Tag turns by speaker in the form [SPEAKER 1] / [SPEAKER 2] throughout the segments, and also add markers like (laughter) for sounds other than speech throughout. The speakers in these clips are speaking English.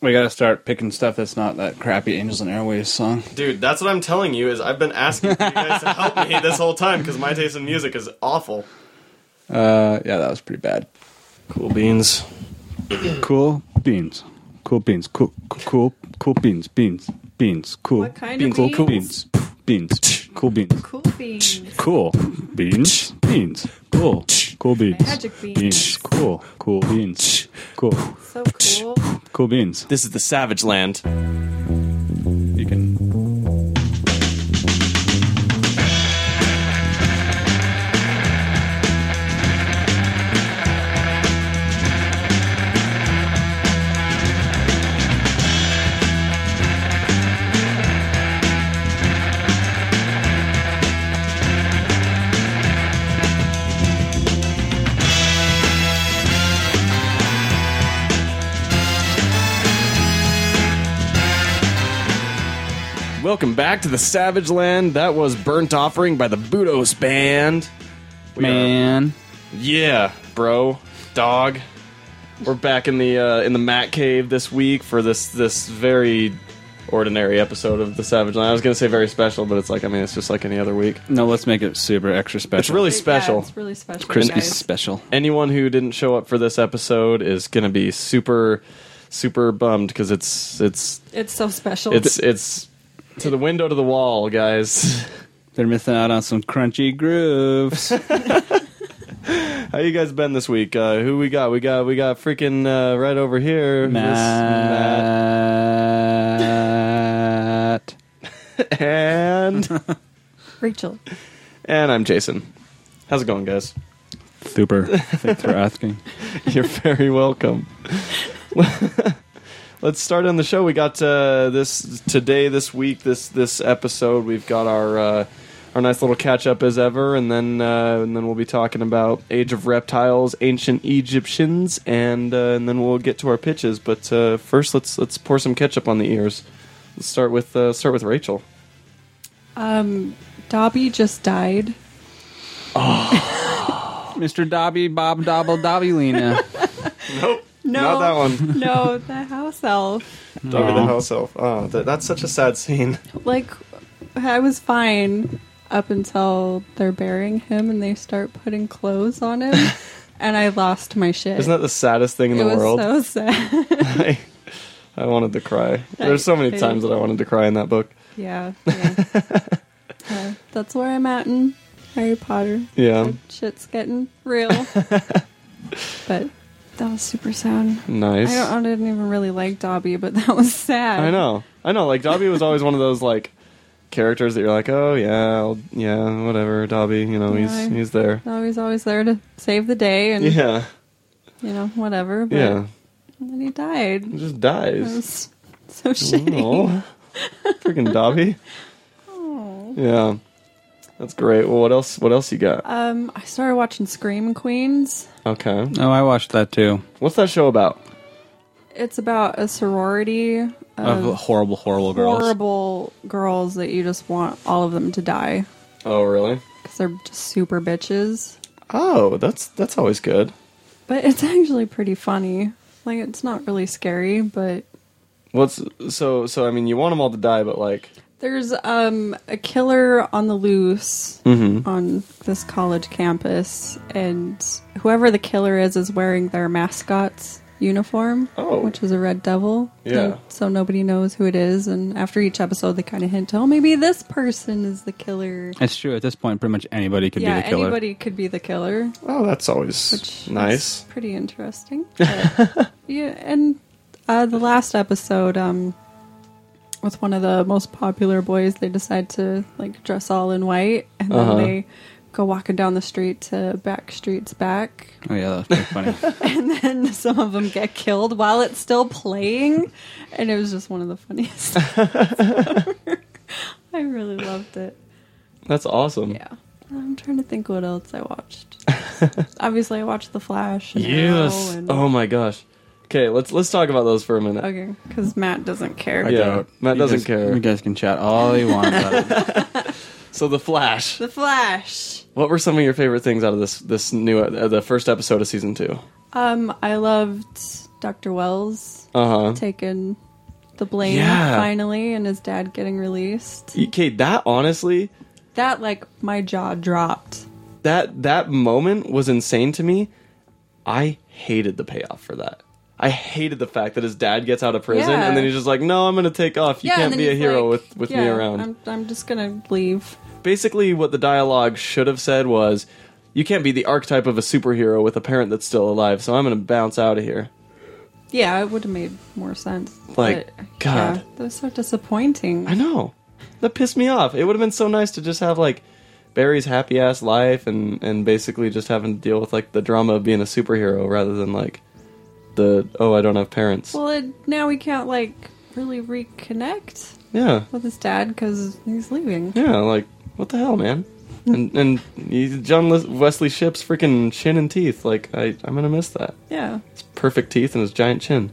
[SPEAKER 1] We gotta start picking stuff that's not that crappy Angels and Airways song.
[SPEAKER 2] Dude, that's what I'm telling you is I've been asking for you guys to help (laughs) me this whole time because my taste in music is awful.
[SPEAKER 1] Uh, yeah, that was pretty bad.
[SPEAKER 2] Cool beans.
[SPEAKER 1] Cool beans. Cool beans. Cool, cool, cool, cool beans. Beans. Beans. Cool.
[SPEAKER 3] What kind
[SPEAKER 1] beans.
[SPEAKER 3] of
[SPEAKER 1] Cool, cool
[SPEAKER 3] beans?
[SPEAKER 1] beans. Beans. Cool beans.
[SPEAKER 3] Cool beans.
[SPEAKER 1] Cool beans. Beans. Cool. Cool beans.
[SPEAKER 3] Magic beans.
[SPEAKER 1] Beans. Cool. Cool beans. Cool.
[SPEAKER 3] So cool.
[SPEAKER 1] Cool beans.
[SPEAKER 2] This is the Savage Land.
[SPEAKER 1] You can.
[SPEAKER 2] Welcome back to the Savage Land. That was Burnt Offering by the Budos Band. We are-
[SPEAKER 1] Man.
[SPEAKER 2] Yeah, bro, dog. We're back in the uh, in the Matt cave this week for this this very ordinary episode of the Savage Land. I was gonna say very special, but it's like I mean it's just like any other week.
[SPEAKER 1] No, let's make it super extra special.
[SPEAKER 2] It's really special.
[SPEAKER 3] it's really special.
[SPEAKER 1] crispy
[SPEAKER 3] guys.
[SPEAKER 1] special.
[SPEAKER 2] Anyone who didn't show up for this episode is gonna be super super bummed because it's it's
[SPEAKER 3] It's so special.
[SPEAKER 2] it's it's to the window to the wall, guys. (laughs)
[SPEAKER 1] They're missing out on some crunchy grooves.
[SPEAKER 2] How you guys been this week? Uh, who we got? We got we got freaking uh, right over here. Miss Matt.
[SPEAKER 1] Matt.
[SPEAKER 2] (laughs) and
[SPEAKER 3] Rachel.
[SPEAKER 2] And I'm Jason. How's it going, guys?
[SPEAKER 1] Super. Thanks for asking.
[SPEAKER 2] (laughs) You're very welcome. (laughs) Let's start on the show. We got uh, this today, this week, this this episode. We've got our uh, our nice little catch up as ever, and then uh, and then we'll be talking about Age of Reptiles, Ancient Egyptians, and uh, and then we'll get to our pitches. But uh, first, let's let's pour some ketchup on the ears. Let's start with uh, start with Rachel.
[SPEAKER 3] Dobby
[SPEAKER 2] (laughs)
[SPEAKER 3] just died.
[SPEAKER 1] Mr. Dobby, Bob Dobble, Dobby Lena.
[SPEAKER 2] Nope,
[SPEAKER 3] No.
[SPEAKER 2] not that one.
[SPEAKER 3] No, the house elf.
[SPEAKER 2] Dobby the house elf. Oh, that, that's such a sad
[SPEAKER 3] (laughs)
[SPEAKER 2] scene.
[SPEAKER 3] Like, I was fine up until they're burying him and they start putting clothes on him,
[SPEAKER 2] (laughs)
[SPEAKER 3] and I lost my shit.
[SPEAKER 2] Isn't that the saddest thing in
[SPEAKER 3] it
[SPEAKER 2] the
[SPEAKER 3] was
[SPEAKER 2] world?
[SPEAKER 3] so sad. (laughs)
[SPEAKER 2] I, I wanted to cry. There's so many
[SPEAKER 3] I-
[SPEAKER 2] times that I wanted to cry in that book.
[SPEAKER 3] yeah.
[SPEAKER 2] (laughs)
[SPEAKER 3] yeah. Uh, that's where I'm at in Harry Potter.
[SPEAKER 2] Yeah,
[SPEAKER 3] Like, shit's getting real.
[SPEAKER 2] (laughs)
[SPEAKER 3] but that was super sad.
[SPEAKER 2] nice.
[SPEAKER 3] I, don't, I didn't even really like Dobby, but (laughs) that was sad.
[SPEAKER 2] I know. I know. Like Dobby was always one of those like characters that you're like, oh yeah, I'll, yeah, whatever. Dobby, you know, he's
[SPEAKER 3] Yeah.
[SPEAKER 2] he's there.
[SPEAKER 3] Dobby's always there to save the day and,
[SPEAKER 2] Yeah,
[SPEAKER 3] you know, whatever. But
[SPEAKER 2] yeah.
[SPEAKER 3] then he died.
[SPEAKER 2] He
[SPEAKER 3] It
[SPEAKER 2] just dies.
[SPEAKER 3] was so (laughs) shitty.
[SPEAKER 2] Oh, freaking Dobby.
[SPEAKER 3] Aw.
[SPEAKER 2] Yeah, that's great. Well, what else? What else you got?
[SPEAKER 3] Um, I started watching Scream Queens.
[SPEAKER 2] Okay,
[SPEAKER 1] oh, I watched that too.
[SPEAKER 2] what's that show about?
[SPEAKER 3] It's about a sorority of
[SPEAKER 1] Of horrible, horrible girls.
[SPEAKER 3] horrible girls that you just want all of them to die
[SPEAKER 2] Oh, really?
[SPEAKER 3] because they're just super bitches.
[SPEAKER 2] Oh, that's that's always good.
[SPEAKER 3] But it's (laughs) actually pretty funny. Like, it's not really scary, but
[SPEAKER 2] What's so so? I mean, you want them all to die, but like,
[SPEAKER 3] There's um, a killer on the loose
[SPEAKER 1] Mm-hmm.
[SPEAKER 3] on this college campus, and whoever the killer is is wearing their mascot's uniform,
[SPEAKER 2] Oh.
[SPEAKER 3] which is a red devil.
[SPEAKER 2] Yeah.
[SPEAKER 3] And so nobody knows who it is, and after each episode, they kind of hint, oh, maybe this person is the killer.
[SPEAKER 1] It's true. At this point, pretty much anybody could
[SPEAKER 3] yeah,
[SPEAKER 1] be the killer.
[SPEAKER 3] anybody could be the killer,
[SPEAKER 2] oh, that's always
[SPEAKER 3] which
[SPEAKER 2] nice.
[SPEAKER 3] is pretty interesting. But- yeah, and uh, the last episode, um, with one of the most popular boys, they decide to like dress all in white, and then they go walking down the street to back streets back, (laughs)
[SPEAKER 1] Oh, yeah, that was pretty funny.
[SPEAKER 3] and then some of them get killed while it's still playing, and it was just one of the funniest. I really loved it.
[SPEAKER 2] That's awesome.
[SPEAKER 3] Yeah. I'm trying to think what else I watched. Obviously, I watched The Flash. And Arrow
[SPEAKER 2] Yes.
[SPEAKER 3] and-
[SPEAKER 2] Oh my gosh. Okay, let's let's talk about those for a minute.
[SPEAKER 3] Okay, because Matt doesn't care.
[SPEAKER 2] Yeah, Matt
[SPEAKER 1] You
[SPEAKER 2] doesn't
[SPEAKER 1] guys-
[SPEAKER 2] care.
[SPEAKER 1] You guys can chat all you want about it.
[SPEAKER 2] So the Flash.
[SPEAKER 3] The Flash.
[SPEAKER 2] What were some of your favorite things out of this this new uh, the first episode of season two?
[SPEAKER 3] Um, I loved Dr. Wells
[SPEAKER 2] Uh huh.
[SPEAKER 3] taking the blame
[SPEAKER 2] Yeah.
[SPEAKER 3] finally and his dad getting released.
[SPEAKER 2] Okay, that honestly,
[SPEAKER 3] That like my jaw dropped.
[SPEAKER 2] that that moment was insane to me. I hated the payoff for that. I hated the fact that his dad gets out of prison
[SPEAKER 3] Yeah.
[SPEAKER 2] and then he's just like, "No, I'm gonna take off. You
[SPEAKER 3] Yeah, and
[SPEAKER 2] can't
[SPEAKER 3] then
[SPEAKER 2] be a
[SPEAKER 3] he's
[SPEAKER 2] hero
[SPEAKER 3] like,
[SPEAKER 2] with with me
[SPEAKER 3] "Yeah,
[SPEAKER 2] around."
[SPEAKER 3] I'm, I'm just gonna leave.
[SPEAKER 2] Basically, what the dialogue should have said was, "You can't be the archetype of a superhero with a parent that's still alive, so I'm gonna bounce out of here."
[SPEAKER 3] Yeah, it would have made more sense.
[SPEAKER 2] Like,
[SPEAKER 3] but,
[SPEAKER 2] God.
[SPEAKER 3] yeah, that was so disappointing.
[SPEAKER 2] I know. That pissed me off. It would have been so nice to just have like Barry's happy ass life and and basically just having to deal with like the drama of being a superhero rather than like the oh I don't have parents.
[SPEAKER 3] Well, it, now we can't like really reconnect
[SPEAKER 2] yeah.
[SPEAKER 3] with his dad because he's leaving.
[SPEAKER 2] Yeah, like what the hell, man? And and he's John Les- Wesley Ships freaking chin and teeth. Like I I'm going to miss that.
[SPEAKER 3] Yeah,
[SPEAKER 2] His perfect teeth and his giant chin.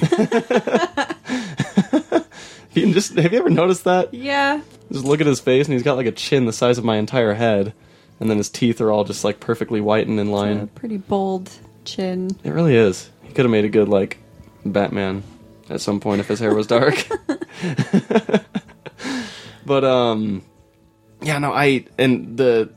[SPEAKER 2] (laughs) you can just have you ever noticed that?
[SPEAKER 3] yeah.
[SPEAKER 2] Just look at his face, and he's got like a chin the size of my entire head, and then his teeth are all just like perfectly white and in
[SPEAKER 3] A
[SPEAKER 2] line.
[SPEAKER 3] pretty bold chin.
[SPEAKER 2] It really is. He could have made a good like Batman at some point if his hair was dark. (laughs) but um, yeah, no, I and the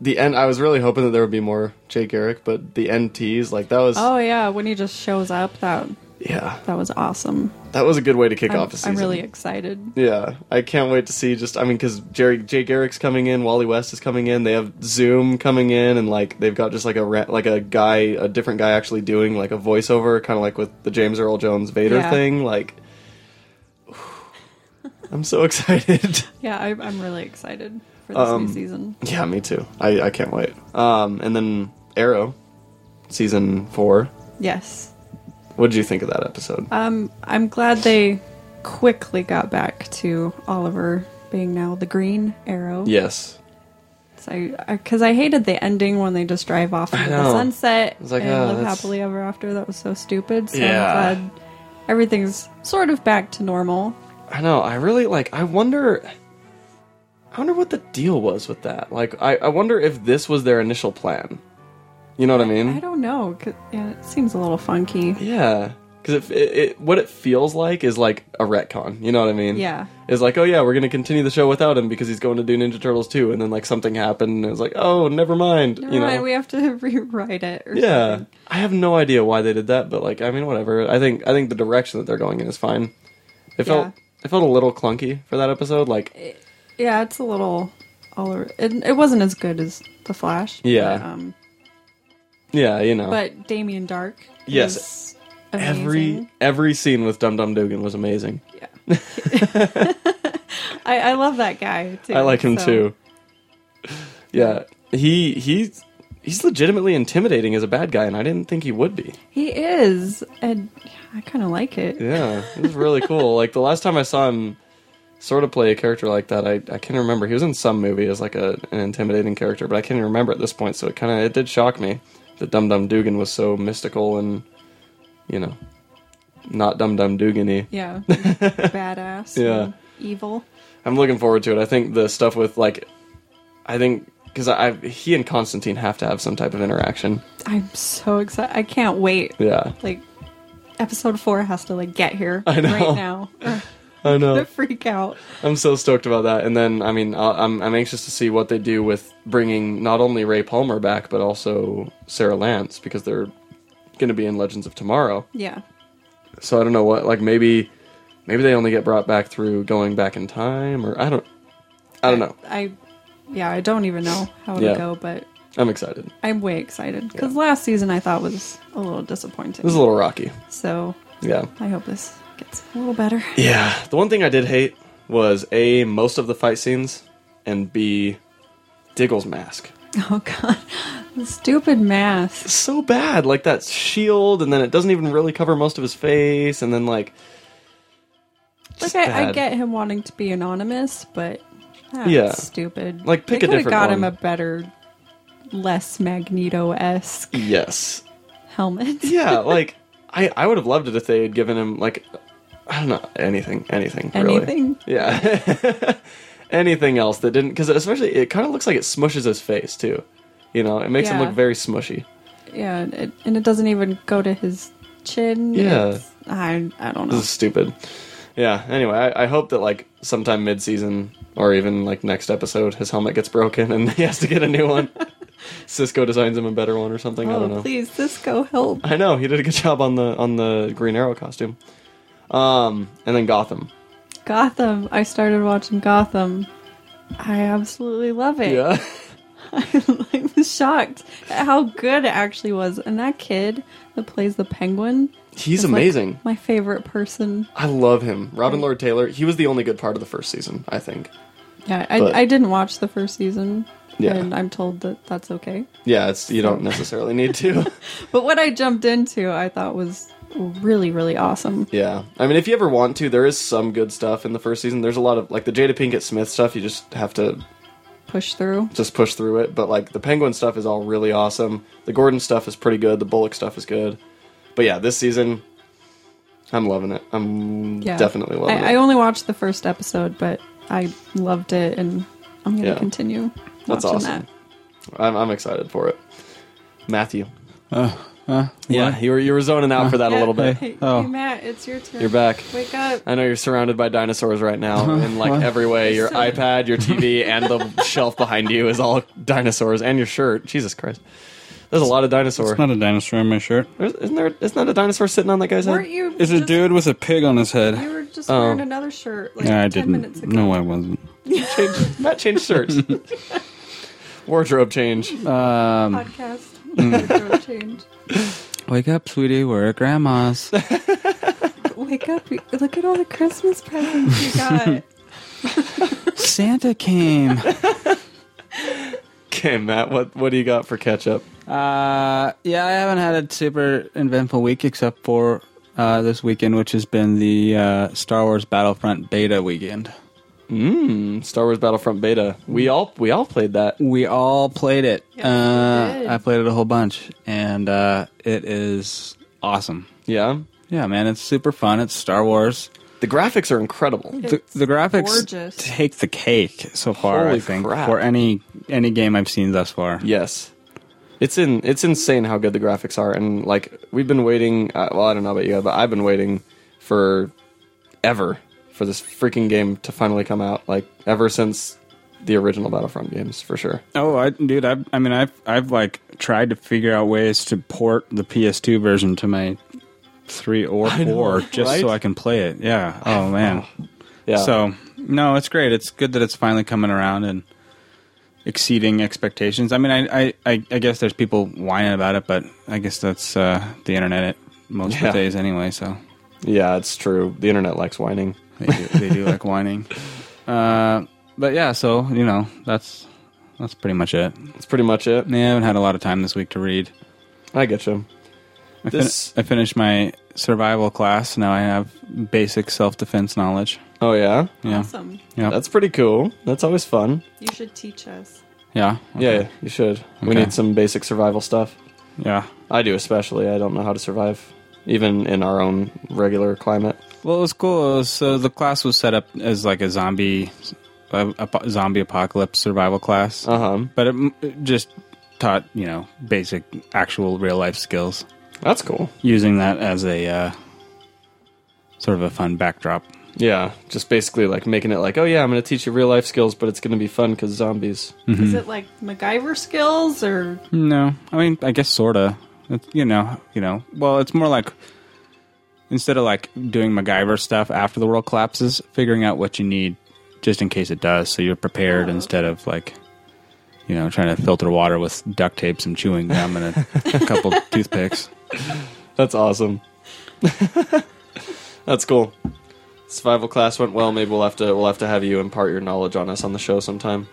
[SPEAKER 2] the end. I was really hoping that there would be more Jake Eric, but the end tease like that was
[SPEAKER 3] Oh yeah, when he just shows up, that
[SPEAKER 2] yeah
[SPEAKER 3] that was awesome.
[SPEAKER 2] that was a good way to kick
[SPEAKER 3] I'm,
[SPEAKER 2] off the season.
[SPEAKER 3] I'm really excited.
[SPEAKER 2] Yeah, I can't wait to see. Just I mean, because Jerry Jake Eric's coming in, Wally West is coming in. They have Zoom coming in, and like they've got just like a ra- like a guy, a different guy actually doing like a voiceover, kind of like with the James Earl Jones Vader
[SPEAKER 3] Yeah.
[SPEAKER 2] thing. Like, (sighs) I'm so (laughs) excited.
[SPEAKER 3] Yeah, I, I'm really excited for this
[SPEAKER 2] Um,
[SPEAKER 3] new season.
[SPEAKER 2] yeah, me too. I I can't wait. Um, and then Arrow, season four.
[SPEAKER 3] Yes,
[SPEAKER 2] What did you think of that episode?
[SPEAKER 3] um, I'm glad they quickly got back to Oliver being now the Green Arrow.
[SPEAKER 2] yes,
[SPEAKER 3] So, because I hated the ending when they just drive off into
[SPEAKER 2] know.
[SPEAKER 3] the sunset
[SPEAKER 2] was like,
[SPEAKER 3] and
[SPEAKER 2] "Oh,
[SPEAKER 3] live
[SPEAKER 2] that's-
[SPEAKER 3] happily ever after. That was so stupid. So
[SPEAKER 2] Yeah.
[SPEAKER 3] I'm glad everything's sort of back to normal.
[SPEAKER 2] I know. I really like. I wonder. I wonder what the deal was with that. Like, I, I wonder if this was their initial plan. You know what I mean?
[SPEAKER 3] I don't know. 'cause- yeah, it seems a little funky.
[SPEAKER 2] yeah. Because it, it, it, what it feels like is like a retcon. You know what I mean?
[SPEAKER 3] Yeah.
[SPEAKER 2] It's like, oh yeah, we're gonna continue the show without him because he's going to do Ninja Turtles two, and then like something happened, and it was like, oh, never mind.
[SPEAKER 3] Never
[SPEAKER 2] you know?
[SPEAKER 3] mind, we have to (laughs) rewrite it. Or
[SPEAKER 2] yeah.
[SPEAKER 3] something.
[SPEAKER 2] I have no idea why they did that, but like, I mean, whatever. I think I think the direction that they're going in is fine. It felt
[SPEAKER 3] Yeah.
[SPEAKER 2] it felt a little clunky for that episode. Like,
[SPEAKER 3] yeah, it's a little all over. It, it wasn't as good as the Flash.
[SPEAKER 2] Yeah.
[SPEAKER 3] but, um,
[SPEAKER 2] yeah, you know.
[SPEAKER 3] but Damien Dark.
[SPEAKER 2] Yes.
[SPEAKER 3] was amazing.
[SPEAKER 2] Every every scene with Dum Dum Dugan was amazing.
[SPEAKER 3] Yeah. I, I love that guy too.
[SPEAKER 2] I like him
[SPEAKER 3] so-
[SPEAKER 2] too. (laughs) Yeah, he he's he's legitimately intimidating as a bad guy, and I didn't think he would be.
[SPEAKER 3] He is, and I kind of like it.
[SPEAKER 2] Yeah, it was really cool. Like the last time I saw him sort of play a character like that, I I can't remember. He was in some movie as like a, an intimidating character, but I can't even remember at this point. So it kind of it did shock me that Dum Dum Dugan was so mystical and you know not Dum Dum Dugan-y. (laughs)
[SPEAKER 3] Yeah, badass.
[SPEAKER 2] Yeah.
[SPEAKER 3] and evil.
[SPEAKER 2] I'm looking forward to it. I think the stuff with like, I think because I, I he and Constantine have to have some type of interaction.
[SPEAKER 3] I'm so excited. I can't wait.
[SPEAKER 2] Yeah,
[SPEAKER 3] Like, episode four has to like get here
[SPEAKER 2] I know. Uh.
[SPEAKER 3] right now. Or
[SPEAKER 2] I know. (laughs)
[SPEAKER 3] the (laughs) freak out.
[SPEAKER 2] I'm so stoked about that. And then I mean, I, I'm I'm anxious to see what they do with bringing not only Ray Palmer back but also Sarah Lance because they're going to be in Legends of Tomorrow.
[SPEAKER 3] Yeah,
[SPEAKER 2] So I don't know what like maybe maybe they only get brought back through going back in time or I don't I don't know.
[SPEAKER 3] I, yeah, I don't even know how it'll
[SPEAKER 2] Yeah.
[SPEAKER 3] go, but
[SPEAKER 2] I'm excited. It
[SPEAKER 3] I'm way excited because last season I thought was a little disappointing.
[SPEAKER 2] was a little rocky.
[SPEAKER 3] so
[SPEAKER 2] Yeah.
[SPEAKER 3] I hope this gets a little better. (laughs)
[SPEAKER 2] Yeah, the one thing I did hate was a most of the fight scenes, and b Diggle's mask.
[SPEAKER 3] Oh god, the stupid mask.
[SPEAKER 2] So bad, like that shield, and then it doesn't even really cover most of his face, and then like,
[SPEAKER 3] Like
[SPEAKER 2] Just
[SPEAKER 3] I, I
[SPEAKER 2] bad.
[SPEAKER 3] get him wanting to be anonymous, but that's
[SPEAKER 2] Yeah.
[SPEAKER 3] stupid.
[SPEAKER 2] Like, pick
[SPEAKER 3] they
[SPEAKER 2] a
[SPEAKER 3] coulda
[SPEAKER 2] different
[SPEAKER 3] got
[SPEAKER 2] one.
[SPEAKER 3] him a better, less Magneto esque
[SPEAKER 2] yes, (laughs)
[SPEAKER 3] helmet. (laughs)
[SPEAKER 2] yeah, like I I would have loved it if they had given him like I don't know anything, anything, really.
[SPEAKER 3] Anything.
[SPEAKER 2] yeah, (laughs) anything else that didn't because especially it kind of looks like it smushes his face too, you know, it makes him
[SPEAKER 3] Yeah.
[SPEAKER 2] look very smushy.
[SPEAKER 3] Yeah, and it, and it doesn't even go to his chin.
[SPEAKER 2] Yeah.
[SPEAKER 3] It's- I I don't
[SPEAKER 2] This
[SPEAKER 3] know.
[SPEAKER 2] is stupid. Yeah. Anyway, I, I hope that like sometime mid season or even like next episode, his helmet gets broken and (laughs) he has to get a new
[SPEAKER 3] (laughs)
[SPEAKER 2] one. Cisco designs him a better one or something. I don't know.
[SPEAKER 3] Oh, please, Cisco, help.
[SPEAKER 2] I know he did a good job on the on the Green Arrow costume. Um, and then Gotham.
[SPEAKER 3] Gotham. I started watching Gotham. I absolutely love it.
[SPEAKER 2] Yeah.
[SPEAKER 3] (laughs) I was shocked at how good it actually was. And that kid that plays the penguin.
[SPEAKER 2] He's
[SPEAKER 3] is, like, Mm.
[SPEAKER 2] amazing.
[SPEAKER 3] my favorite person.
[SPEAKER 2] I love him. Robin Lord Taylor, he was the only good part of the first season, I think.
[SPEAKER 3] Yeah, I,
[SPEAKER 2] But-
[SPEAKER 3] I didn't watch the first season.
[SPEAKER 2] Yeah.
[SPEAKER 3] And I'm told that that's okay.
[SPEAKER 2] Yeah, it's you don't necessarily need
[SPEAKER 3] (laughs)
[SPEAKER 2] to. (laughs)
[SPEAKER 3] But what I jumped into, I thought was really, really awesome.
[SPEAKER 2] yeah. I mean, if you ever want to, there is some good stuff in the first season. There's a lot of like the Jada Pinkett Smith stuff, you just have to
[SPEAKER 3] Push through.
[SPEAKER 2] just push through it, but like the Penguin stuff is all really awesome. The Gordon stuff is pretty good, the Bullock stuff is good. But yeah, this season I'm loving it. I'm
[SPEAKER 3] Yeah.
[SPEAKER 2] definitely loving it.
[SPEAKER 3] I, I only watched the first episode, but I loved it and I'm going to
[SPEAKER 2] Yeah.
[SPEAKER 3] continue watching
[SPEAKER 2] That's awesome.
[SPEAKER 3] that.
[SPEAKER 2] I'm, I'm excited for it. Matthew.
[SPEAKER 1] Uh, uh,
[SPEAKER 2] Yeah, you were you were zoning out for that a little bit.
[SPEAKER 3] (laughs) Hey,
[SPEAKER 1] Oh.
[SPEAKER 3] hey, Matt, it's your turn.
[SPEAKER 2] You're back.
[SPEAKER 3] Wake up.
[SPEAKER 2] I know you're surrounded by dinosaurs right
[SPEAKER 1] Uh-huh.
[SPEAKER 2] now in like every way. Your iPad,
[SPEAKER 1] (laughs)
[SPEAKER 2] your TV, and the shelf behind you is all dinosaurs, and your shirt. Jesus Christ, there's a lot of dinosaur.
[SPEAKER 1] it's not a dinosaur in my shirt.
[SPEAKER 2] There's- isn't there? Isn't that a dinosaur sitting on that guy's
[SPEAKER 3] Weren't
[SPEAKER 2] head?
[SPEAKER 3] you?
[SPEAKER 1] It's a
[SPEAKER 3] just-
[SPEAKER 1] dude with a pig on his head.
[SPEAKER 3] You were just
[SPEAKER 2] Oh.
[SPEAKER 3] wearing another shirt like
[SPEAKER 1] Yeah, I
[SPEAKER 3] 10
[SPEAKER 1] didn't.
[SPEAKER 3] minutes ago.
[SPEAKER 1] No, I wasn't.
[SPEAKER 2] Change- Matt changed shirts. (laughs) Wardrobe change.
[SPEAKER 1] Um, (laughs)
[SPEAKER 3] Podcast. Wardrobe change.
[SPEAKER 1] wake up, sweetie. We're at
[SPEAKER 3] (laughs)
[SPEAKER 1] grandma's.
[SPEAKER 3] Wake up. you- Look at all the Christmas presents (laughs) you got.
[SPEAKER 1] Santa came.
[SPEAKER 2] Okay, Matt. What what do you got for ketchup?
[SPEAKER 1] Uh, yeah, I haven't had a super eventful week except for uh, this weekend, which has been the uh, Star Wars Battlefront beta weekend.
[SPEAKER 2] Mmm. Star Wars Battlefront Beta. We all we all played that.
[SPEAKER 1] We all played it.
[SPEAKER 3] Yes, we
[SPEAKER 1] uh,
[SPEAKER 3] did.
[SPEAKER 1] I played it a whole bunch, and uh, it is awesome.
[SPEAKER 2] Yeah.
[SPEAKER 1] Yeah, man, it's super fun. It's Star Wars.
[SPEAKER 2] The graphics are incredible.
[SPEAKER 1] The,
[SPEAKER 3] It's
[SPEAKER 1] the graphics
[SPEAKER 3] gorgeous.
[SPEAKER 1] take the cake so far.
[SPEAKER 2] Holy
[SPEAKER 1] I think
[SPEAKER 2] crap.
[SPEAKER 1] for any any game I've seen thus far.
[SPEAKER 2] Yes. It's in it's insane how good the graphics are and like we've been waiting uh, well I don't know about you but I've been waiting for ever for this freaking game to finally come out like ever since the original Battlefront games for sure.
[SPEAKER 1] Oh, I, dude, I've, I mean, I've I've like tried to figure out ways to port the PS2 version to my three
[SPEAKER 2] (laughs)
[SPEAKER 1] or four just so
[SPEAKER 2] right?
[SPEAKER 1] I can play it. Yeah. Oh man.
[SPEAKER 2] Yeah.
[SPEAKER 1] So no, it's great. It's good that it's finally coming around and exceeding expectations. I mean, I I, I, I guess there's people whining about it, but I guess that's uh, the internet at most of
[SPEAKER 2] Yeah.
[SPEAKER 1] the days anyway.
[SPEAKER 2] (laughs)
[SPEAKER 1] So
[SPEAKER 2] yeah, it's true. The internet likes whining.
[SPEAKER 1] they do, they do like whining. Uh, but yeah, so you know that's that's pretty much it.
[SPEAKER 2] That's pretty much it.
[SPEAKER 1] Yeah, I haven't had a lot of time this week to read.
[SPEAKER 2] I get you.
[SPEAKER 1] I,
[SPEAKER 2] This-
[SPEAKER 1] fin- I finished my survival class. Now I have basic self defense knowledge.
[SPEAKER 2] Oh yeah.
[SPEAKER 1] Yeah.
[SPEAKER 3] Awesome.
[SPEAKER 1] Yeah.
[SPEAKER 2] That's pretty cool. That's always fun.
[SPEAKER 3] You should teach us.
[SPEAKER 1] yeah. Okay.
[SPEAKER 2] Yeah, yeah, you should. We
[SPEAKER 1] Okay.
[SPEAKER 2] need some basic survival stuff.
[SPEAKER 1] Yeah.
[SPEAKER 2] I do especially. I don't know how to survive even in our own regular climate.
[SPEAKER 1] Well, it was cool. It was- So the class was set up as like a zombie, a, a po- zombie apocalypse survival class,
[SPEAKER 2] Uh-huh.
[SPEAKER 1] but it, m- it just taught you know basic actual real life skills
[SPEAKER 2] That's cool.
[SPEAKER 1] using that as a uh, sort of a fun backdrop.
[SPEAKER 2] Yeah, just basically like making it like, oh yeah, I'm going to teach you real life skills, but it's going to be fun because zombies.
[SPEAKER 1] Mm-hmm.
[SPEAKER 3] Is it like MacGyver skills or
[SPEAKER 1] No, I mean, I guess sorta. It's, you know, you know. Well, it's more like instead of like doing MacGyver stuff after the world collapses, figuring out what you need just in case it does, so you're prepared
[SPEAKER 3] Oh.
[SPEAKER 1] instead of like you know trying to filter water with duct tape, some chewing gum, and
[SPEAKER 2] (laughs)
[SPEAKER 1] a, a couple toothpicks.
[SPEAKER 2] That's awesome. (laughs) That's cool. Survival class went well. Maybe we'll have to we'll have to have you impart your knowledge on us on the show sometime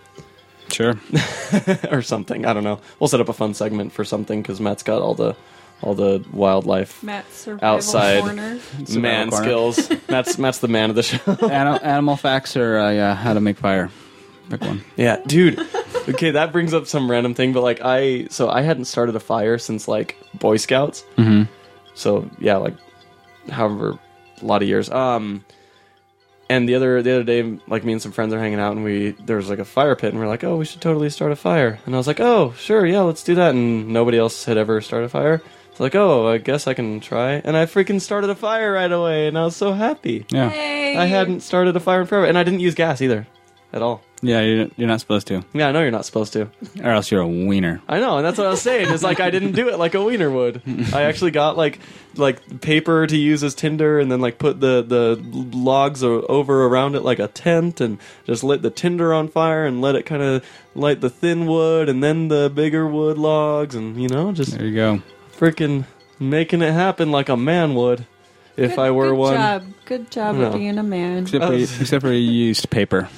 [SPEAKER 1] Sure.
[SPEAKER 2] (laughs) or something. I don't know. We'll set up a fun segment for something because Matt's got all the all the wildlife
[SPEAKER 3] Matt's survival
[SPEAKER 2] Outside.
[SPEAKER 3] corner?
[SPEAKER 1] Survival
[SPEAKER 2] man
[SPEAKER 1] corner.
[SPEAKER 2] skills. Matt's Matt's the man of the show.
[SPEAKER 1] Ani- animal facts or uh, yeah, how to make fire. Pick one.
[SPEAKER 2] Yeah, dude. Okay, that brings up some random thing, but like I, so I hadn't started a fire since like Boy Scouts. Mm-hmm. So yeah, like however, a lot of years. Um, and the other the other day, like me and some friends are hanging out, and we there was like a fire pit, and we're like, oh, we should totally start a fire. And I was like, oh, sure, yeah, let's do that. And nobody else had ever started a fire. It's like, oh, I guess I can try. And I freaking started a fire right away, and I was so happy.
[SPEAKER 1] Yeah.
[SPEAKER 3] Hey.
[SPEAKER 2] I hadn't started a fire in forever, and I didn't use gas either, at all.
[SPEAKER 1] Yeah, you're, you're not supposed to,
[SPEAKER 2] Yeah, I know you're not supposed to.
[SPEAKER 1] or else you're a wiener.
[SPEAKER 2] I know, and that's what I was saying. It's like I didn't do it like a wiener would. I actually got like like paper to use as tinder, and then like put the the logs o- over around it like a tent, and just lit the tinder on fire, and let it kind of light the thin wood, and then the bigger wood logs, and you know, just
[SPEAKER 1] There you go.
[SPEAKER 2] freaking making it happen like a man would if
[SPEAKER 3] Good-
[SPEAKER 2] I were
[SPEAKER 3] good
[SPEAKER 2] one.
[SPEAKER 3] Job. Good job
[SPEAKER 2] No.
[SPEAKER 3] of being a man.
[SPEAKER 2] (laughs)
[SPEAKER 1] Except for, you,
[SPEAKER 2] Uh,
[SPEAKER 1] except for you used
[SPEAKER 2] (laughs)
[SPEAKER 1] paper.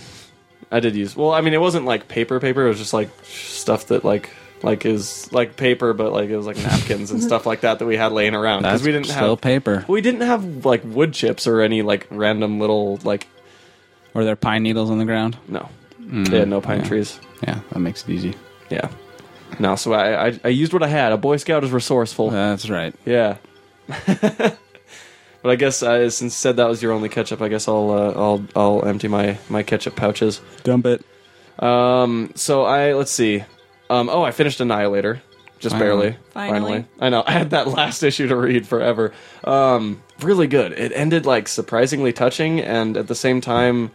[SPEAKER 2] I did use. Well, I mean, it wasn't like paper paper. It was just like stuff that like like is like paper, but like it was like napkins and stuff like that that we had laying around because
[SPEAKER 1] That's
[SPEAKER 2] we didn't
[SPEAKER 1] still
[SPEAKER 2] have
[SPEAKER 1] paper,
[SPEAKER 2] we didn't have like wood chips or any like random little like
[SPEAKER 1] or there are pine needles on the ground.
[SPEAKER 2] no
[SPEAKER 1] Mm,
[SPEAKER 2] they had no pine
[SPEAKER 1] yeah.
[SPEAKER 2] trees.
[SPEAKER 1] Yeah, that makes it easy.
[SPEAKER 2] Yeah, no. So I, I I used what I had. A Boy Scout is resourceful.
[SPEAKER 1] That's right.
[SPEAKER 2] Yeah. (laughs) but I guess uh, since said that was your only ketchup, I guess I'll uh, I'll I'll empty my my ketchup pouches.
[SPEAKER 1] Dump it.
[SPEAKER 2] Um, so I let's see. Um, oh, I finished Annihilator, just
[SPEAKER 1] Finally.
[SPEAKER 2] barely.
[SPEAKER 3] Finally.
[SPEAKER 2] I know (laughs) I had that last issue to read forever. Um, really good. It ended like surprisingly touching, and at the same time,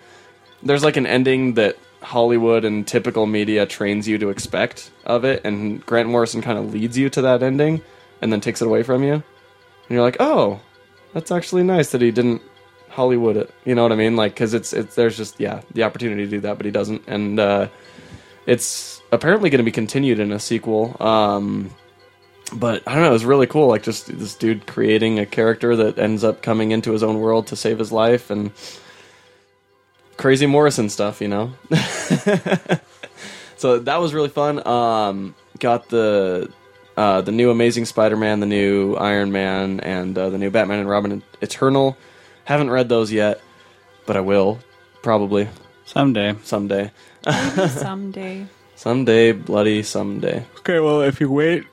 [SPEAKER 2] there's like an ending that Hollywood and typical media trains you to expect of it, and Grant Morrison kind of leads you to that ending, and then takes it away from you, and you're like, oh, that's actually nice that he didn't Hollywood it. You know what I mean? Like, because it's it's there's just yeah the opportunity to do that, but he doesn't, and uh, it's apparently going to be continued in a sequel. Um, but I don't know. It was really cool. Like just this dude creating a character that ends up coming into his own world to save his life and crazy Morrison stuff. You know. (laughs) so that was really fun. Um, got the. Uh, the new Amazing Spider-Man, the new Iron Man, and uh, the new Batman and Robin Eternal. Haven't read those yet, but I will probably
[SPEAKER 1] Someday.
[SPEAKER 2] someday.
[SPEAKER 3] Maybe someday.
[SPEAKER 2] Someday, bloody someday.
[SPEAKER 1] Okay, well, if you wait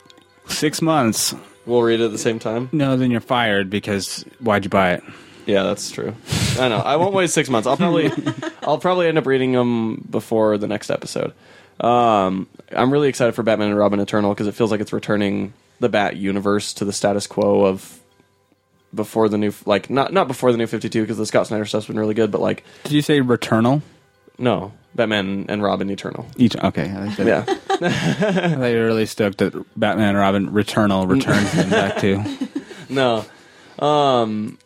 [SPEAKER 1] six months,
[SPEAKER 2] We'll read it at the same time.
[SPEAKER 1] no, then you're fired because why'd you buy it?
[SPEAKER 2] Yeah, that's true. I know. I won't wait six months. I'll probably, I'll probably end up reading them before the next episode. Um, I'm really excited for Batman and Robin Eternal because it feels like it's returning the Bat universe to the status quo of before the new, like not not before the new 52 because the Scott Snyder stuff's been really good, but like
[SPEAKER 1] Did you say Returnal?
[SPEAKER 2] no Batman and Robin Eternal.
[SPEAKER 1] Each, okay, I think that,
[SPEAKER 2] Yeah,
[SPEAKER 1] I thought you were really stoked that Batman and Robin Returnal returns them back (laughs) to.
[SPEAKER 2] no um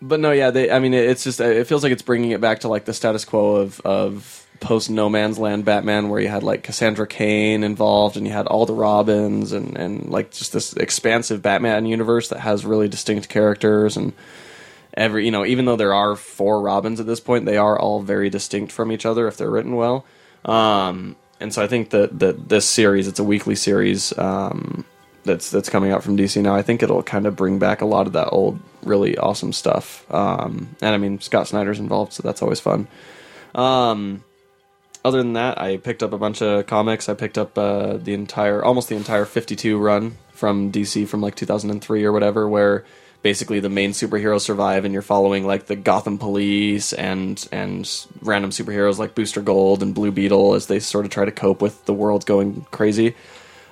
[SPEAKER 2] but no yeah they i mean it- it's just it feels like it's bringing it back to like the status quo of of post no man's land batman where you had like cassandra cain involved and you had all the robins and and like just this expansive batman universe that has really distinct characters and every you know even though there are four robins at this point they are all very distinct from each other if they're written well um and so i think that that this series it's a weekly series um that's that's coming out from dc now i think it'll kind of bring back a lot of that old really awesome stuff um and i mean scott snyder's involved so that's always fun um other than that, I picked up a bunch of comics. I picked up uh, the entire, almost the entire 52 run from DC from like 2003 or whatever, where basically the main superheroes survive, and you're following like the Gotham Police and and random superheroes like Booster Gold and Blue Beetle as they sort of try to cope with the world going crazy.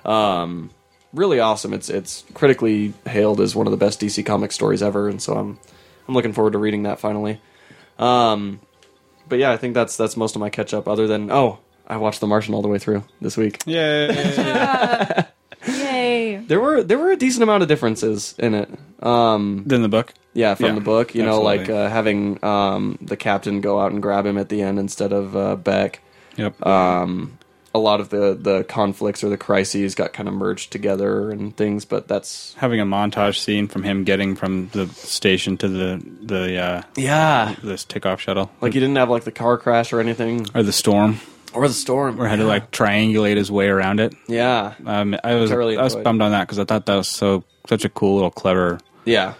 [SPEAKER 2] Um, really awesome. It's it's critically hailed as one of the best DC comic stories ever, and so I'm I'm looking forward to reading that finally. Um, but yeah, I think that's that's most of my catch up. Other than oh, I watched The Martian all the way through this week.
[SPEAKER 1] Yeah.
[SPEAKER 3] Yay.
[SPEAKER 2] There were there were a decent amount of differences in it. Um,
[SPEAKER 1] Then the book.
[SPEAKER 2] yeah, from
[SPEAKER 1] Yeah,
[SPEAKER 2] the book, you know, like
[SPEAKER 1] absolutely.
[SPEAKER 2] uh, having um, the captain go out and grab him at the end instead of uh, Beck.
[SPEAKER 1] Yep.
[SPEAKER 2] Um, a lot of the the conflicts or the crises got kind of merged together and things, but that's
[SPEAKER 1] Having a montage scene from him getting from the station to the the uh,
[SPEAKER 2] yeah.
[SPEAKER 1] this takeoff shuttle,
[SPEAKER 2] Like you didn't have like the car crash or anything,
[SPEAKER 1] or the storm,
[SPEAKER 2] or the storm,
[SPEAKER 1] or had to like triangulate his way around it.
[SPEAKER 2] yeah,
[SPEAKER 1] Um, I was
[SPEAKER 2] I really
[SPEAKER 1] I was
[SPEAKER 2] enjoyed.
[SPEAKER 1] bummed on that because I thought that was so such a cool little clever
[SPEAKER 2] yeah.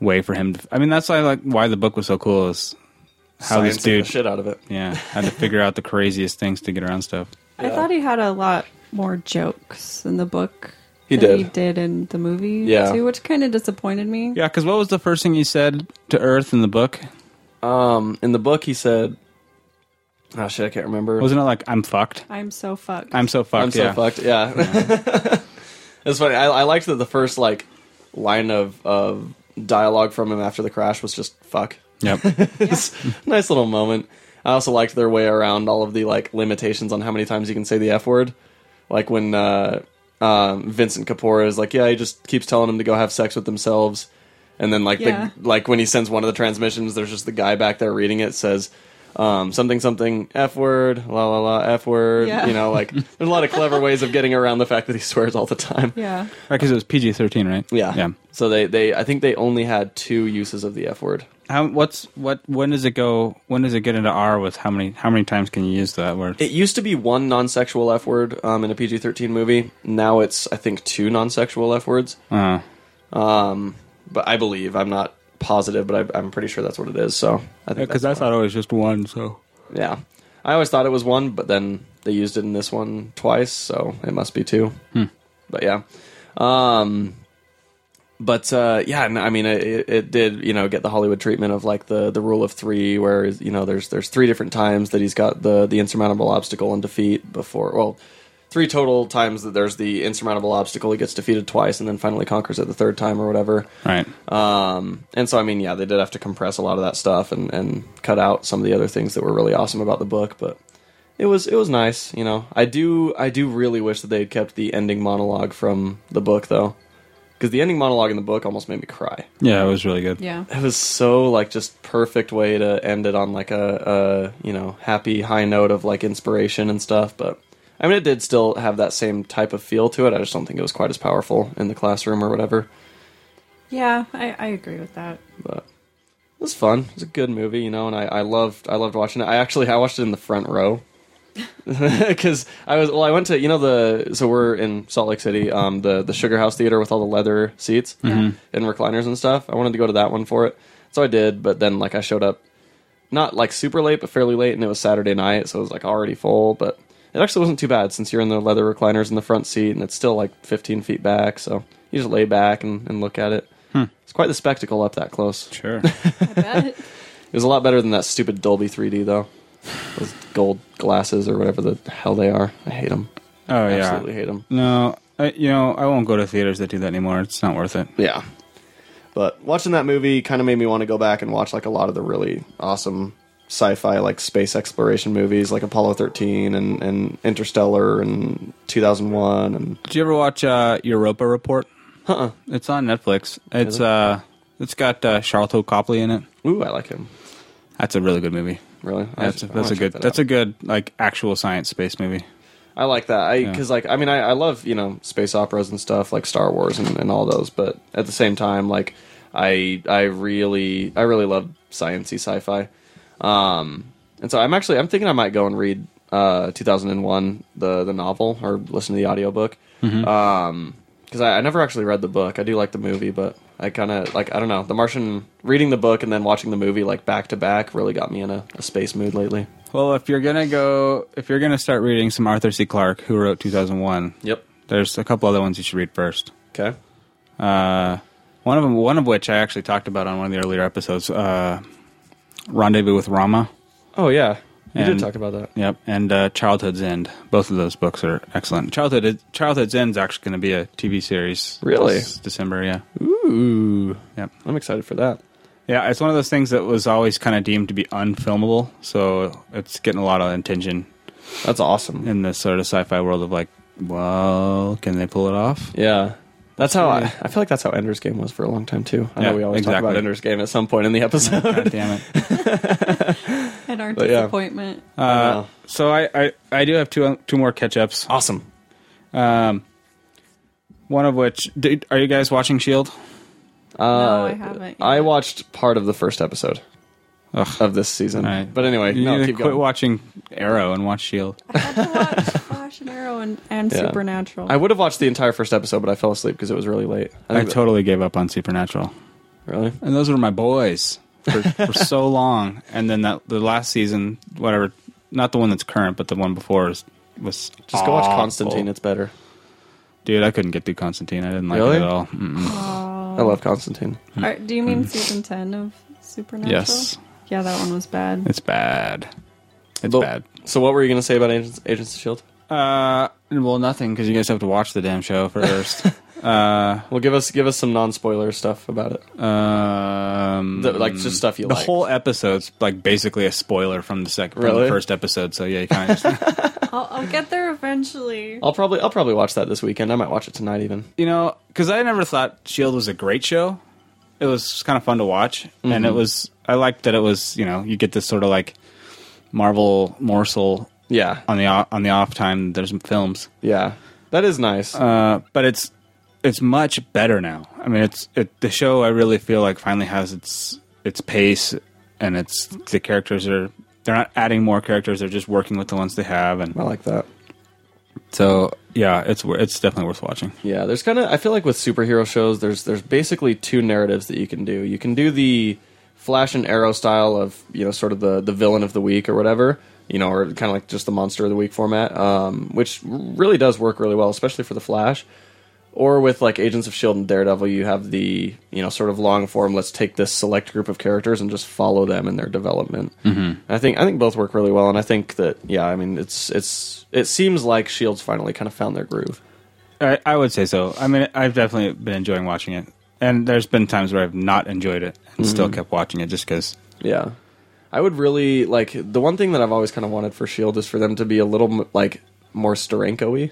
[SPEAKER 1] way for him. To, I mean, that's why like why the book was so cool is how this
[SPEAKER 2] Sciencing
[SPEAKER 1] dude
[SPEAKER 2] the shit out of it.
[SPEAKER 1] yeah had to figure out the craziest things to get around stuff.
[SPEAKER 3] I thought he had a lot more jokes in the book.
[SPEAKER 2] He
[SPEAKER 3] than
[SPEAKER 2] did.
[SPEAKER 3] He did in the movie.
[SPEAKER 2] Yeah.
[SPEAKER 3] Too, which kind of disappointed me.
[SPEAKER 1] Yeah, because what was the first thing he said to Earth in the book?
[SPEAKER 2] Um, in the book, he said, "Oh shit, I can't remember."
[SPEAKER 1] Wasn't it like I'm fucked?
[SPEAKER 3] I'm so fucked.
[SPEAKER 1] I'm so fucked.
[SPEAKER 2] I'm so
[SPEAKER 1] yeah.
[SPEAKER 2] (laughs) fucked. Yeah, it's funny. I, I liked that the first like line of of dialogue from him after the crash was just fuck.
[SPEAKER 1] (laughs) Yep.
[SPEAKER 2] It's a (laughs) nice little moment. I also liked their way around all of the like limitations on how many times you can say the f word. Like when uh, um, Vincent Capora is like, yeah, he just keeps telling them to go have sex with themselves, and then like
[SPEAKER 3] Yeah.
[SPEAKER 2] the, like when he sends one of the transmissions, there's just the guy back there reading it says. Um, something something f word la la la f word
[SPEAKER 3] Yeah.
[SPEAKER 2] you know like there's a lot of clever ways of getting around the fact that he (laughs) swears all the time
[SPEAKER 3] Yeah.
[SPEAKER 1] right, because it was PG thirteen, right?
[SPEAKER 2] yeah.
[SPEAKER 1] Yeah.
[SPEAKER 2] So they, they I think they only had two uses of the F word.
[SPEAKER 1] How? What's what? When does it go? When does it get into R? With how many? How many times can you use that word?
[SPEAKER 2] It used to be one non sexual F word um, in a PG thirteen movie. Now it's I think two non sexual F words.
[SPEAKER 1] Uh,
[SPEAKER 2] Um, but I believe I'm not positive, but I, I'm pretty sure that's what it is. So I think
[SPEAKER 1] because I
[SPEAKER 2] that's
[SPEAKER 1] thought it was just one. So
[SPEAKER 2] one. yeah, I always thought it was one, but then they used it in this one twice, so it must be two. But yeah. Um, but uh, yeah, no, I mean, it, it did you know get the Hollywood treatment of like the the rule of three, where you know there's there's three different times that he's got the the insurmountable obstacle and defeat before. Well, three total times that there's the insurmountable obstacle. He gets defeated twice, and then finally conquers it the third time or whatever.
[SPEAKER 1] right.
[SPEAKER 2] Um, and so I mean, yeah, they did have to compress a lot of that stuff and and cut out some of the other things that were really awesome about the book, but. It was it was nice, you know. I do I do really wish that they had kept the ending monologue from the book though, because the ending monologue in the book almost made me cry
[SPEAKER 1] Yeah, it was really good.
[SPEAKER 3] Yeah.
[SPEAKER 2] it was so like just perfect way to end it on like a, a you know happy high note of like inspiration and stuff but i mean it did still have that same type of feel to it i just don't think it was quite as powerful in the classroom or whatever
[SPEAKER 3] Yeah. I, I agree with that.
[SPEAKER 2] but it was fun it was a good movie you know and i, I loved i loved watching it i actually i watched it in the front row (laughs) because i was well i went to you know the so we're in salt lake city um the the sugar house theater with all the leather seats
[SPEAKER 1] Mm-hmm.
[SPEAKER 3] Yeah.
[SPEAKER 2] and recliners and stuff. I wanted to go to that one for it, so I did. But then like I showed up, not like super late, but fairly late, and it was Saturday night, so it was like already full. But it actually wasn't too bad since you're in the leather recliners in the front seat, and it's still like 15 feet back, so you just lay back and, and look at it.
[SPEAKER 1] Hmm.
[SPEAKER 2] It's quite the spectacle up that close.
[SPEAKER 1] Sure.
[SPEAKER 3] I bet. (laughs)
[SPEAKER 2] It was a lot better than that stupid Dolby 3D though. Those gold glasses or whatever the hell they are. I hate them.
[SPEAKER 1] Oh yeah.
[SPEAKER 2] Absolutely hate them.
[SPEAKER 1] No, I, you know I won't go to theaters that do that anymore. It's not worth it.
[SPEAKER 2] Yeah. But watching that movie kind of made me want to go back and watch like a lot of the really awesome sci-fi like space exploration movies like Apollo 13 and, and Interstellar and 2001 and
[SPEAKER 1] Did you ever watch uh, Europa Report?
[SPEAKER 2] uh-uh.
[SPEAKER 1] It's on Netflix. It's uh, it's got uh, Charlton Copley in it.
[SPEAKER 2] Ooh, I like him.
[SPEAKER 1] That's a really good movie.
[SPEAKER 2] Really? I
[SPEAKER 1] That's,
[SPEAKER 2] should- I
[SPEAKER 1] that's
[SPEAKER 2] wanna
[SPEAKER 1] a
[SPEAKER 2] check
[SPEAKER 1] good
[SPEAKER 2] that
[SPEAKER 1] that's
[SPEAKER 2] out.
[SPEAKER 1] a good like actual science space movie.
[SPEAKER 2] I like that. I because like I mean I, I love you know space operas and stuff like Star Wars and, and all those, but at the same time like I I really I really love sciency sci-fi, um, and so I'm actually I'm thinking I might go and read uh, 2001 the the novel or listen to the audiobook because I, I never actually read the book. I do like the movie, but I kind of like I don't know the Martian reading the book and then watching the movie like back to back really got me in a, a space mood lately.
[SPEAKER 1] Well, if you're gonna go, if you're gonna start reading some Arthur C. Clarke, who wrote 2001,
[SPEAKER 2] Yep.
[SPEAKER 1] there's a couple other ones you should read first.
[SPEAKER 2] Okay.
[SPEAKER 1] Uh, one of them, one of which I actually talked about on one of the earlier episodes, uh, Rendezvous with Rama.
[SPEAKER 2] Oh yeah. You did
[SPEAKER 1] And-
[SPEAKER 2] talk about that.
[SPEAKER 1] Yep, and uh, Childhood's End. Both of those books are excellent. Childhood is, Childhood's End is actually going to be a TV series.
[SPEAKER 2] Really?
[SPEAKER 1] this December, yeah.
[SPEAKER 2] Ooh,
[SPEAKER 1] Yep.
[SPEAKER 2] I'm excited for that.
[SPEAKER 1] Yeah, it's one of those things that was always kind of deemed to be unfilmable, so it's getting a lot of attention
[SPEAKER 2] That's awesome.
[SPEAKER 1] in this sort of sci-fi world of like, well, can they pull it
[SPEAKER 2] (laughs)
[SPEAKER 1] off?
[SPEAKER 2] Yeah. That's how I,
[SPEAKER 1] Yeah.
[SPEAKER 2] I feel like that's how Ender's Game was for a long time too. I
[SPEAKER 1] Yeah,
[SPEAKER 2] know we always talk about
[SPEAKER 1] exactly.
[SPEAKER 2] Ender's Game at some point in the episode.
[SPEAKER 1] God damn it.
[SPEAKER 3] And our
[SPEAKER 2] But yeah.
[SPEAKER 3] disappointment.
[SPEAKER 2] (laughs) I
[SPEAKER 1] Uh,
[SPEAKER 2] know.
[SPEAKER 1] so I, I, I do have two two more catch-ups.
[SPEAKER 2] awesome.
[SPEAKER 1] Um, one of which, did, are you guys watching Shield?
[SPEAKER 2] Uh,
[SPEAKER 3] No, I haven't yet.
[SPEAKER 2] I watched part of the first episode
[SPEAKER 1] Ugh.
[SPEAKER 2] of this season.
[SPEAKER 1] All right.
[SPEAKER 2] But anyway,
[SPEAKER 1] You
[SPEAKER 2] no,
[SPEAKER 1] need to
[SPEAKER 2] keep
[SPEAKER 1] quit
[SPEAKER 2] going.
[SPEAKER 1] watching Arrow and watch Shield.
[SPEAKER 3] I had to watch Flash and Arrow and, and
[SPEAKER 2] Yeah.
[SPEAKER 3] Supernatural.
[SPEAKER 2] I would have watched the entire first episode, but I fell asleep because it was really late.
[SPEAKER 1] I,
[SPEAKER 2] think that-
[SPEAKER 1] totally gave up on Supernatural,
[SPEAKER 2] really.
[SPEAKER 1] and those were my boys
[SPEAKER 2] (laughs)
[SPEAKER 1] for, for so long. And then that the last season, whatever, not the one that's current, but the one before is, was
[SPEAKER 2] Just go watch
[SPEAKER 1] awful.
[SPEAKER 2] Constantine. It's better.
[SPEAKER 1] Dude, I couldn't get through Constantine. I didn't like
[SPEAKER 2] Really?
[SPEAKER 1] it at all. Mm-mm.
[SPEAKER 3] Oh.
[SPEAKER 2] I love Mm-hmm. Constantine.
[SPEAKER 3] Are- do you mean season 10 of Supernatural?
[SPEAKER 1] Mm-hmm. Yes.
[SPEAKER 3] Yeah, that one was bad.
[SPEAKER 1] It's bad. It's
[SPEAKER 2] But-
[SPEAKER 1] bad.
[SPEAKER 2] So what were you going to E say about Agents, Agents of Shield?
[SPEAKER 1] (laughs) Uh, well, nothing because you guys have to watch the damn show first. Uh,
[SPEAKER 2] Well, give us give us some non spoiler stuff about it.
[SPEAKER 1] um,
[SPEAKER 2] The- like, just stuff you
[SPEAKER 1] The
[SPEAKER 2] liked.
[SPEAKER 1] whole episode's like basically a spoiler from the second, from
[SPEAKER 2] Really?
[SPEAKER 1] the first episode. So yeah, you kind of. Just,
[SPEAKER 3] I'll, I'll get there eventually.
[SPEAKER 2] I'll probably I'll probably watch that this weekend. I might watch it tonight even.
[SPEAKER 1] you know, because I never thought Shield was a great show. It was kind of fun to watch, and it was. I liked that it was. You know, you get this sort of like Marvel morsel
[SPEAKER 2] Yeah,
[SPEAKER 1] on the o- on the off time. There's some films,
[SPEAKER 2] yeah, that is nice.
[SPEAKER 1] uh, but it's it's much better now. I mean, it's it, the show. I really feel like finally has its its pace, and it's the characters are they're not adding more characters. They're just working with the ones they have, and
[SPEAKER 2] I like that.
[SPEAKER 1] so yeah, it's wor- it's definitely worth watching.
[SPEAKER 2] Yeah, there's kind of I feel like with superhero shows, there's there's basically two narratives that you can do. You can do the Flash and Arrow style of you know sort of the the villain of the week or whatever, you know, or kind of like just the monster of the week format, um, which really does work really well, especially for the Flash. Or with like Agents of Shield E and Daredevil, you have the you know sort of long form. Let's take this select group of characters and just follow them in their development. Mm-hmm. I think I think both work really well, and I think that yeah, I mean it's it's it seems like Shield's E finally kind of found their groove.
[SPEAKER 1] I, I would say so. I mean, I've definitely been enjoying watching it, and there's been times where I've not enjoyed it and still
[SPEAKER 2] Mm-hmm.
[SPEAKER 1] kept watching it just because.
[SPEAKER 2] Yeah. I would really like the one thing that I've always kind of wanted for Shield E is for them to be a little m- like more Steranko-y.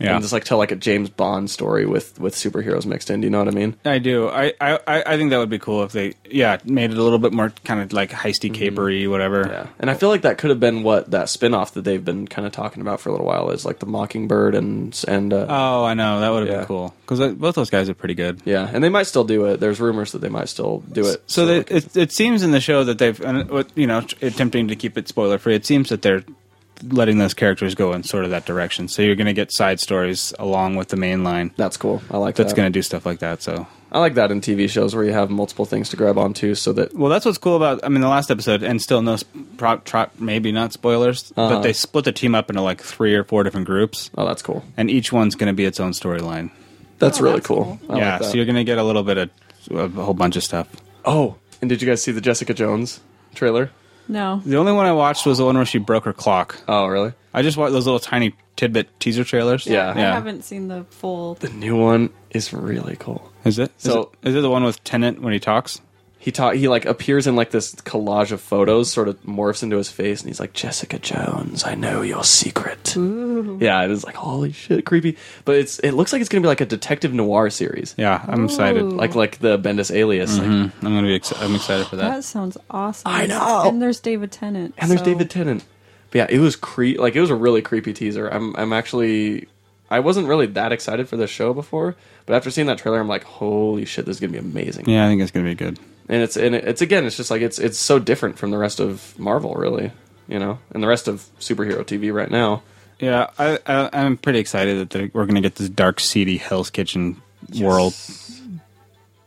[SPEAKER 1] Yeah.
[SPEAKER 2] And just like tell like a James Bond story with with superheroes mixed in, do you know what I mean?
[SPEAKER 1] I do. I, I, I I think that would be cool if they, yeah, made it a little bit more kind of like heisty, capery, whatever.
[SPEAKER 2] Mm-hmm. Yeah. And I feel like that could have been what that spin-off that they've been kind of talking about for a little while is like the Mockingbird and and uh,
[SPEAKER 1] Oh, I know. That would have
[SPEAKER 2] Yeah.
[SPEAKER 1] been cool because both those guys are pretty good.
[SPEAKER 2] yeah, and they might still do it. There's rumors that they might still do it.
[SPEAKER 1] So they, it it seems in the show that they've, and what- you know, tr- attempting to keep it spoiler free. It seems that they're letting those characters go in sort of that direction. So you're going to get side stories along with the main line
[SPEAKER 2] that's cool. I like
[SPEAKER 1] that's
[SPEAKER 2] that.
[SPEAKER 1] going to do stuff like that. So
[SPEAKER 2] I like that in TV shows where you have multiple things to grab onto so that
[SPEAKER 1] Well, that's what's cool about. I mean, the last episode, and still no, sp- pro, tro- maybe not spoilers,
[SPEAKER 2] Uh-huh.
[SPEAKER 1] but they split the team up into like three or four different groups,
[SPEAKER 2] oh, that's cool.
[SPEAKER 1] and each one's going to be its own storyline.
[SPEAKER 2] That's
[SPEAKER 3] Oh,
[SPEAKER 2] really
[SPEAKER 3] that's
[SPEAKER 2] cool. I like
[SPEAKER 1] yeah,
[SPEAKER 2] that.
[SPEAKER 1] so you're going to get a little bit of of a whole bunch of stuff.
[SPEAKER 2] Oh, and did you guys see the Jessica Jones trailer?
[SPEAKER 3] No.
[SPEAKER 1] The only one I watched was the one where she broke her clock.
[SPEAKER 2] Oh, really?
[SPEAKER 1] I just watched those little tiny tidbit teaser trailers.
[SPEAKER 2] Yeah.
[SPEAKER 3] I haven't seen the full.
[SPEAKER 2] The new one is really cool.
[SPEAKER 1] Is it? Is
[SPEAKER 2] So-
[SPEAKER 1] it, is it the one with Tennant when he talks?
[SPEAKER 2] He ta- he like appears in like this collage of photos, sort of morphs into his face, and he's like, "Jessica Jones, I know your secret."
[SPEAKER 3] Ooh.
[SPEAKER 2] Yeah, it is like holy shit, creepy. But it's it looks like it's gonna be like a detective noir series,
[SPEAKER 1] Yeah, I'm excited.
[SPEAKER 3] Ooh.
[SPEAKER 2] like like the Bendis Alias. like-
[SPEAKER 1] Mm, I'm gonna be. Ex- I'm excited for that.
[SPEAKER 3] That sounds awesome.
[SPEAKER 2] I know.
[SPEAKER 3] And there's David Tennant.
[SPEAKER 2] and there's
[SPEAKER 3] so-
[SPEAKER 2] David Tennant. But yeah, it was cre- like it was a really creepy teaser. I'm I'm actually I wasn't really that excited for this show before, but after seeing that trailer, I'm like, holy shit, this is gonna be amazing.
[SPEAKER 1] yeah, I think it's gonna be good.
[SPEAKER 2] and it's and it's again it's just like it's it's so different from the rest of marvel really you know and the rest of superhero tv right now
[SPEAKER 1] Yeah, I, I, I'm pretty excited that they're- we're going to get this dark, seedy Hell's Kitchen world.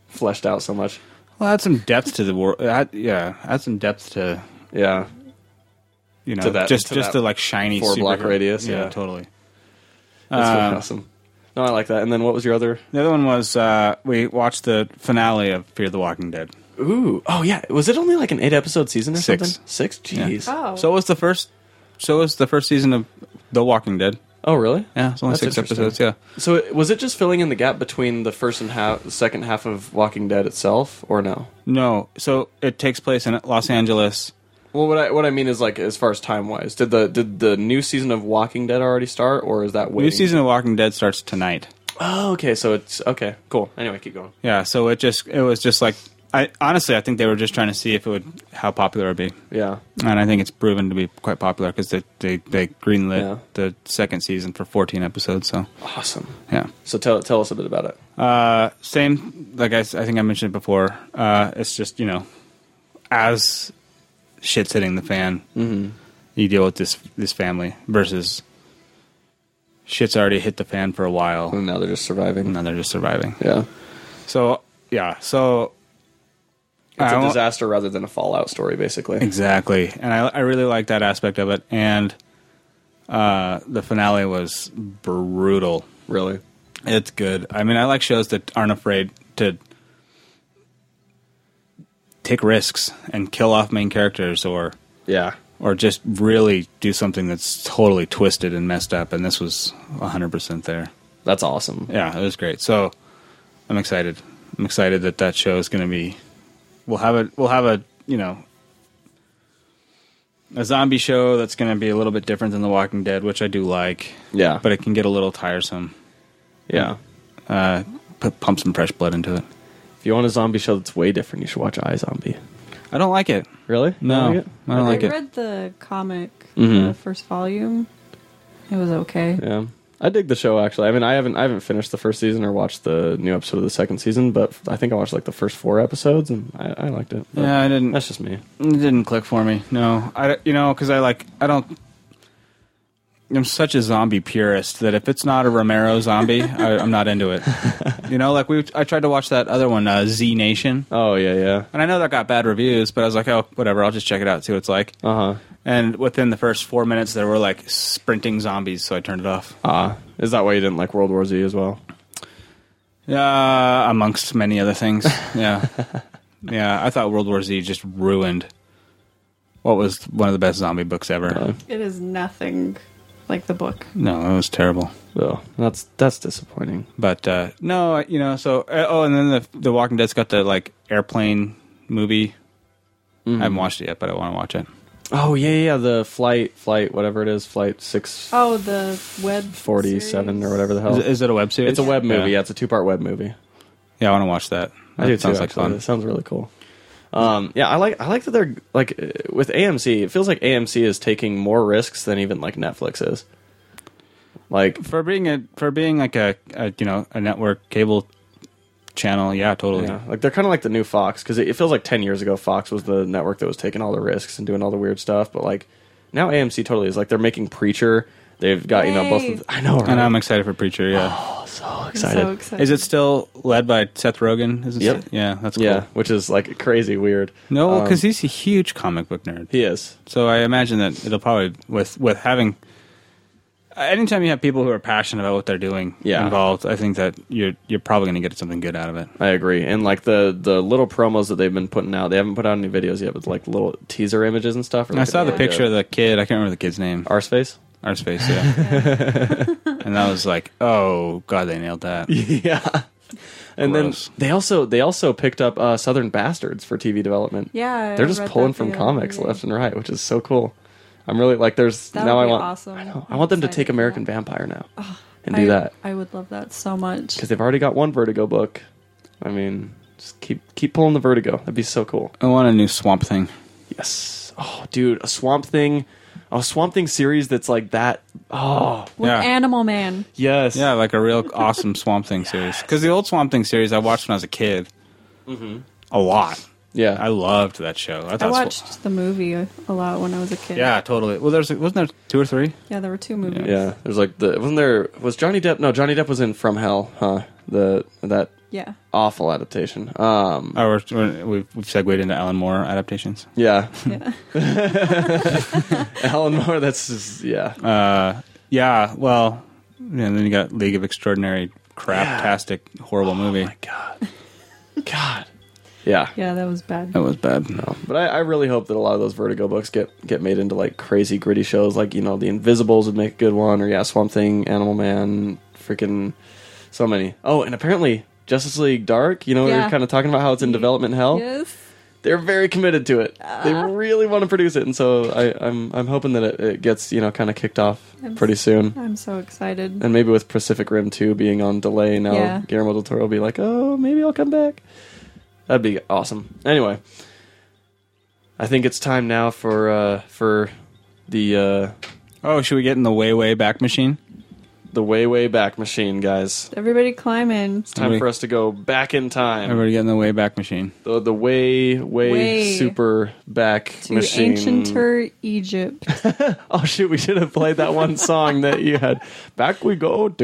[SPEAKER 2] fleshed out so much
[SPEAKER 1] Well, add some depth to the world. Add, yeah, add some depth to
[SPEAKER 2] yeah
[SPEAKER 1] you know
[SPEAKER 2] To that-
[SPEAKER 1] just
[SPEAKER 2] to
[SPEAKER 1] just
[SPEAKER 2] that
[SPEAKER 1] the like shiny
[SPEAKER 2] four block
[SPEAKER 1] superhero-
[SPEAKER 2] radius, yeah.
[SPEAKER 1] totally.
[SPEAKER 2] that's really
[SPEAKER 1] Um,
[SPEAKER 2] awesome no i like that and then what was your other
[SPEAKER 1] The other one was uh, we watched the finale of Fear the Walking Dead.
[SPEAKER 2] ooh oh yeah was it only like an eight episode season or
[SPEAKER 1] Six.
[SPEAKER 2] something six jeez
[SPEAKER 3] Oh.
[SPEAKER 1] So was the first. So was the first season of The Walking Dead.
[SPEAKER 2] oh really
[SPEAKER 1] Yeah, it's only
[SPEAKER 2] That's
[SPEAKER 1] six
[SPEAKER 2] interesting.
[SPEAKER 1] episodes. Yeah,
[SPEAKER 2] so it, was it just filling in the gap between the first and half the second half of walking dead itself or no
[SPEAKER 1] no. So it takes place in Los Angeles.
[SPEAKER 2] well what i what i mean is like as far as time wise did the did the new season of walking dead already start or is that waiting?
[SPEAKER 1] New season of Walking Dead starts tonight.
[SPEAKER 2] oh okay so it's okay cool anyway keep going
[SPEAKER 1] Yeah, so it just it was just like I honestly I think they were just trying to see if it would how popular it would be,
[SPEAKER 2] Yeah.
[SPEAKER 1] and I think it's proven to be quite popular because they they they greenlit
[SPEAKER 2] Yeah.
[SPEAKER 1] the second season for 14 episodes. So
[SPEAKER 2] Awesome.
[SPEAKER 1] yeah,
[SPEAKER 2] So tell tell us a bit about it.
[SPEAKER 1] uh, same like I, s- I think I mentioned it before. Uh, it's just you know as shit's hitting the fan,
[SPEAKER 2] Mm-hmm.
[SPEAKER 1] you deal with this this family versus shit's already hit the fan for a while,
[SPEAKER 2] And now they're just surviving.
[SPEAKER 1] and now they're just surviving.
[SPEAKER 2] Yeah.
[SPEAKER 1] So yeah, so
[SPEAKER 2] It's
[SPEAKER 1] I
[SPEAKER 2] a
[SPEAKER 1] won't-
[SPEAKER 2] disaster rather than a fallout story, basically.
[SPEAKER 1] Exactly, and I, I really like that aspect of it. And uh, the finale was brutal.
[SPEAKER 2] Really.
[SPEAKER 1] It's good. I mean, I like shows that aren't afraid to take risks and kill off main characters, or
[SPEAKER 2] Yeah.
[SPEAKER 1] or just really do something that's totally twisted and messed up. And this was hundred percent there.
[SPEAKER 2] That's awesome.
[SPEAKER 1] Yeah, it was great. So I'm excited. I'm excited that that show is going to be. We'll have a we'll have a you know a zombie show that's going to be a little bit different than The Walking Dead, which I do like,
[SPEAKER 2] Yeah,
[SPEAKER 1] but it can get a little tiresome.
[SPEAKER 2] yeah.
[SPEAKER 1] Uh, put pump some fresh blood into it.
[SPEAKER 2] If you want a zombie show that's way different, you should watch iZombie.
[SPEAKER 1] I don't like it.
[SPEAKER 2] Really?
[SPEAKER 1] No,
[SPEAKER 2] You like it?
[SPEAKER 1] I don't like
[SPEAKER 3] I
[SPEAKER 1] it.
[SPEAKER 3] read the comic,
[SPEAKER 2] Mhm.
[SPEAKER 3] the first volume. It was okay.
[SPEAKER 2] Yeah. I dig the show actually. I mean, I haven't I haven't finished the first season or watched the new episode of the second season, but I think I watched like the first four episodes and I, I liked it. But
[SPEAKER 1] Yeah, I didn't.
[SPEAKER 2] that's just me.
[SPEAKER 1] It didn't click for me. No, I you know because I like I don't. I'm such a zombie purist that if it's not a Romero zombie, I, I'm not into it. You know, like we I tried to watch that other one, uh, Z Nation,
[SPEAKER 2] Oh yeah, yeah.
[SPEAKER 1] and I know that got bad reviews, but I was like, oh, whatever, I'll just check it out, see what it's like.
[SPEAKER 2] Uh huh.
[SPEAKER 1] And within the first four minutes, there were like sprinting zombies, so I turned it off.
[SPEAKER 2] Ah, is that why you didn't like World War Z as well?
[SPEAKER 1] Uh, amongst many other
[SPEAKER 2] (laughs)
[SPEAKER 1] things. Yeah. yeah. I thought World War Z just ruined what was one of the best zombie books ever.
[SPEAKER 2] Uh.
[SPEAKER 3] It is nothing like the book.
[SPEAKER 1] No, it was terrible.
[SPEAKER 2] Well, that's that's disappointing.
[SPEAKER 1] But uh, no, you know, so uh, oh, and then the the Walking Dead's got the like airplane movie. I
[SPEAKER 2] Mm-hmm.
[SPEAKER 1] haven't watched it yet, but I want to watch it.
[SPEAKER 2] Oh yeah, yeah. The flight, flight, whatever it is, flight six
[SPEAKER 3] Oh, the web
[SPEAKER 2] forty-seven
[SPEAKER 3] series.
[SPEAKER 2] or whatever the hell.
[SPEAKER 1] Is it- is it a web series?
[SPEAKER 2] Oh. it's a web movie. Yeah,
[SPEAKER 1] Yeah,
[SPEAKER 2] it's a two-part web movie.
[SPEAKER 1] Yeah, I want to watch that.
[SPEAKER 2] I
[SPEAKER 1] That
[SPEAKER 2] do
[SPEAKER 1] sounds
[SPEAKER 2] too.
[SPEAKER 1] like
[SPEAKER 2] actually.
[SPEAKER 1] fun.
[SPEAKER 2] It sounds really cool. Um, yeah, I like I like that they're like uh, with AMC. It feels like AMC is taking more risks than even like Netflix is. Like
[SPEAKER 1] For being a for being like a, a you know a network cable channel, yeah, totally.
[SPEAKER 2] yeah, like they're kind of like the new Fox because it, it feels like ten years ago Fox was the network that was taking all the risks and doing all the weird stuff. But like now AMC totally is like they're making Preacher. They've got you know both.
[SPEAKER 3] Yay.
[SPEAKER 2] Of, I know, right?
[SPEAKER 1] And I'm excited for Preacher. Yeah,
[SPEAKER 2] so
[SPEAKER 3] I'm so
[SPEAKER 2] excited.
[SPEAKER 3] excited.
[SPEAKER 1] is it still led by Seth Rogen? Is it
[SPEAKER 2] Yep.
[SPEAKER 1] Yeah, that's cool.
[SPEAKER 2] Yeah, which is like crazy weird.
[SPEAKER 1] No,
[SPEAKER 2] Um,
[SPEAKER 1] because he's a huge comic book nerd.
[SPEAKER 2] he is.
[SPEAKER 1] So I imagine that it'll probably with with having anytime you have people who are passionate about what they're doing
[SPEAKER 2] Yeah.
[SPEAKER 1] involved, I think that you're you're probably going to get something good out of it.
[SPEAKER 2] I agree. And like the the little promos that they've been putting out, they haven't put out any videos yet, but like little teaser images and stuff. are
[SPEAKER 1] And I
[SPEAKER 2] looking
[SPEAKER 1] saw the
[SPEAKER 2] really
[SPEAKER 1] picture of
[SPEAKER 2] good.
[SPEAKER 1] the kid. I can't remember the kid's name.
[SPEAKER 2] our space. (laughs)
[SPEAKER 1] Arspace, yeah. and that was like, oh god, they nailed that.
[SPEAKER 2] yeah. And
[SPEAKER 1] Gross.
[SPEAKER 2] then they also they also picked up uh, Southern Bastards for TV development.
[SPEAKER 3] Yeah, I
[SPEAKER 2] they're just
[SPEAKER 3] read
[SPEAKER 2] pulling
[SPEAKER 3] that
[SPEAKER 2] from
[SPEAKER 3] the other
[SPEAKER 2] comics
[SPEAKER 3] day.
[SPEAKER 2] left and right, which is so cool. I'm really like there's
[SPEAKER 3] That
[SPEAKER 2] now
[SPEAKER 3] would
[SPEAKER 2] I
[SPEAKER 3] be
[SPEAKER 2] want
[SPEAKER 3] awesome.
[SPEAKER 2] I, know, I
[SPEAKER 3] I'm
[SPEAKER 2] want them to
[SPEAKER 3] excited
[SPEAKER 2] take
[SPEAKER 3] for
[SPEAKER 2] American
[SPEAKER 3] that.
[SPEAKER 2] Vampire now and do
[SPEAKER 3] I,
[SPEAKER 2] that
[SPEAKER 3] I would love that so much.
[SPEAKER 2] because they've already got one Vertigo book. I mean, just keep keep pulling the Vertigo. That'd be so cool.
[SPEAKER 1] I want a new swamp thing.
[SPEAKER 2] Yes. Oh, dude, a Swamp Thing, a Swamp Thing series that's like that. Oh,
[SPEAKER 3] With
[SPEAKER 1] Yeah.
[SPEAKER 3] Animal Man.
[SPEAKER 2] yes.
[SPEAKER 1] Yeah, like a real awesome Swamp Thing series. (laughs) Because the old Swamp Thing series I watched when I was a kid, a lot.
[SPEAKER 2] Yeah.
[SPEAKER 1] I loved that show. I, thought
[SPEAKER 3] I watched the movie a lot when I was a kid.
[SPEAKER 1] Yeah, totally. Well, there's wasn't there two or three?
[SPEAKER 3] Yeah, there were two movies.
[SPEAKER 2] yeah. There's like the wasn't there was Johnny Depp? No, Johnny Depp was in From Hell. Huh. The that
[SPEAKER 3] Yeah. (laughs)
[SPEAKER 2] awful adaptation. Um.
[SPEAKER 1] Oh, we're, we're, we've, we've segued into Alan Moore adaptations.
[SPEAKER 2] Yeah. (laughs)
[SPEAKER 3] Yeah.
[SPEAKER 2] Alan Moore. That's just, yeah.
[SPEAKER 1] Uh, yeah, well, yeah, and then you got League of Extraordinary, craptastic, horrible movie.
[SPEAKER 2] God. God. Yeah.
[SPEAKER 3] Yeah, that was bad.
[SPEAKER 1] That
[SPEAKER 2] Oh,
[SPEAKER 1] was bad.
[SPEAKER 2] But I, I really hope that a lot of those Vertigo books get get made into like crazy gritty shows, like you know, The Invisibles would make a good one, or yeah, Swamp Thing, Animal Man, freaking so many. Oh, and apparently Justice League Dark. You know, we
[SPEAKER 3] Yeah.
[SPEAKER 2] were kind of talking about how it's in development hell.
[SPEAKER 3] Yes.
[SPEAKER 2] They're very committed to it. They
[SPEAKER 3] Uh-huh.
[SPEAKER 2] really want to produce it, and so I, I'm I'm hoping that it, it gets you know kind of kicked off
[SPEAKER 3] I'm s-
[SPEAKER 2] pretty soon.
[SPEAKER 3] I'm so excited.
[SPEAKER 2] And maybe with Pacific Rim 2 being on delay now,
[SPEAKER 3] Yeah.
[SPEAKER 2] Guillermo del Toro will be like, oh, maybe I'll come back. That'd be awesome. Anyway, I think it's time now for uh, for the uh,
[SPEAKER 1] Oh, should we get in the way, way back machine?
[SPEAKER 2] the way way back machine, guys.
[SPEAKER 3] Everybody climb in.
[SPEAKER 2] Time
[SPEAKER 1] Everybody-
[SPEAKER 2] for us to go back in time.
[SPEAKER 1] Everybody get in the way back machine.
[SPEAKER 2] The, the way, way
[SPEAKER 3] Way.
[SPEAKER 2] super back
[SPEAKER 3] To
[SPEAKER 2] machine.
[SPEAKER 3] ancienter Egypt.
[SPEAKER 2] oh shoot, we should have played that one song that you had. Back we go to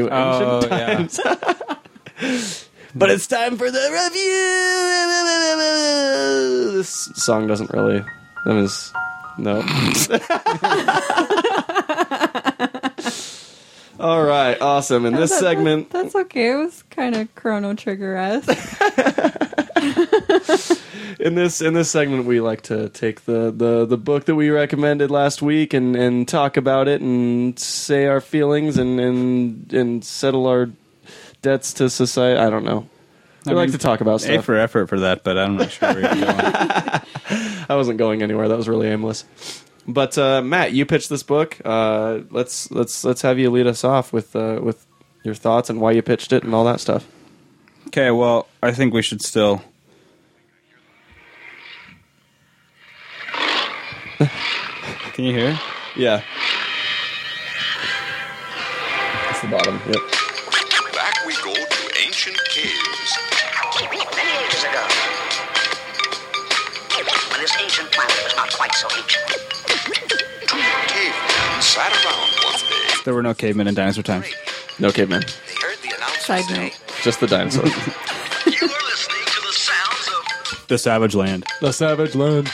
[SPEAKER 1] (laughs)
[SPEAKER 2] ancient
[SPEAKER 1] Oh, yeah.
[SPEAKER 2] times. but it's time for the review. This song doesn't really. That was no. (laughs) All right, awesome. In this
[SPEAKER 3] That- that-
[SPEAKER 2] segment,
[SPEAKER 3] that's okay. It was kind of Chrono Trigger esque.
[SPEAKER 2] in this in this segment we like to take the, the, the book that we recommended last week and, and talk about it and say our feelings and and, and settle our debts to society I don't know. I like to talk about
[SPEAKER 1] A
[SPEAKER 2] stuff.
[SPEAKER 1] for effort for that, but I'm not sure where (laughs) you're going.
[SPEAKER 2] I wasn't going anywhere. That was really aimless. But uh, Matt, you pitched this book. Uh, let's let's let's have you lead us off with uh, with your thoughts and why you pitched it and all that stuff.
[SPEAKER 1] okay, well, I think we should still. Can you hear?
[SPEAKER 2] Yeah, that's the bottom. Yep.
[SPEAKER 4] Back we go to ancient caves.
[SPEAKER 5] Many ages ago, when this ancient planet was not quite so ancient,
[SPEAKER 4] Cavemen sat around one day.
[SPEAKER 1] There were no cavemen in dinosaur times.
[SPEAKER 2] No caveman,
[SPEAKER 4] They heard the announcer
[SPEAKER 3] Side
[SPEAKER 4] say,
[SPEAKER 3] note.
[SPEAKER 2] just the dinosaurs.
[SPEAKER 4] "You are listening to the sounds of
[SPEAKER 1] The savage land.
[SPEAKER 2] (laughs) the savage land.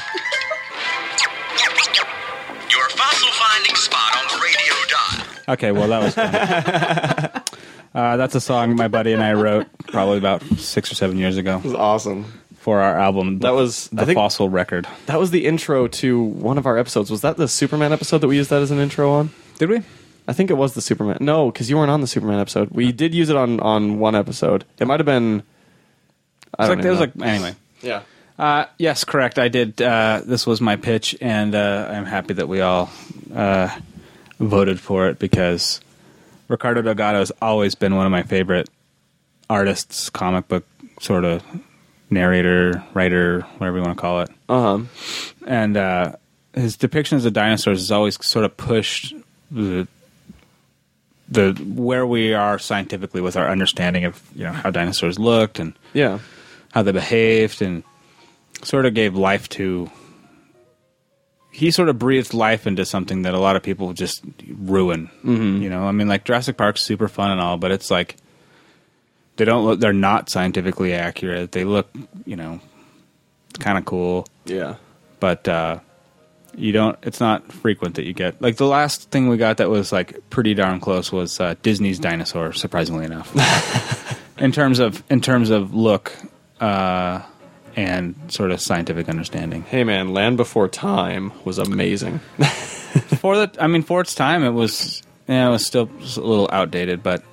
[SPEAKER 4] your fossil finding spot on the radio dial."
[SPEAKER 1] Okay, well that was funny. (laughs) uh, that's a song my buddy and I wrote probably about six or seven years ago
[SPEAKER 2] That was awesome.
[SPEAKER 1] for our album.
[SPEAKER 2] That was-
[SPEAKER 1] the
[SPEAKER 2] I think-
[SPEAKER 1] fossil record.
[SPEAKER 2] That was the intro to one of our episodes. Was that the Superman episode that we used that as an intro on?
[SPEAKER 1] Did we?
[SPEAKER 2] I think it was the Superman. No, because you weren't on the Superman episode. We did use it on on one episode. It might have been. I
[SPEAKER 1] It's
[SPEAKER 2] don't
[SPEAKER 1] like, it was
[SPEAKER 2] even
[SPEAKER 1] like
[SPEAKER 2] know.
[SPEAKER 1] anyway.
[SPEAKER 2] yeah.
[SPEAKER 1] Uh, yes, correct. I did. Uh, this was my pitch, and uh, I'm happy that we all uh, voted for it because Ricardo Delgado has always been one of my favorite artists, comic book sort of narrator, writer, whatever you want to call it.
[SPEAKER 2] Uh huh.
[SPEAKER 1] and uh, his depictions of dinosaurs has always sort of pushed the the where we are scientifically with our understanding of you know how dinosaurs looked and
[SPEAKER 2] Yeah.
[SPEAKER 1] how they behaved and sort of gave life to he sort of breathed life into something that a lot of people just ruin you know i mean like jurassic park's super fun and all but it's like they don't look they're not scientifically accurate they look you know kind of cool
[SPEAKER 2] Yeah.
[SPEAKER 1] but uh, you don't. It's not frequent that you get like the last thing we got that was like pretty darn close was uh, Disney's Dinosaur. Surprisingly enough, in terms of in terms of look uh, and sort of scientific understanding.
[SPEAKER 2] Hey man, Land Before Time was amazing.
[SPEAKER 1] For the, I mean, for its time, it was yeah, it was still a little outdated, but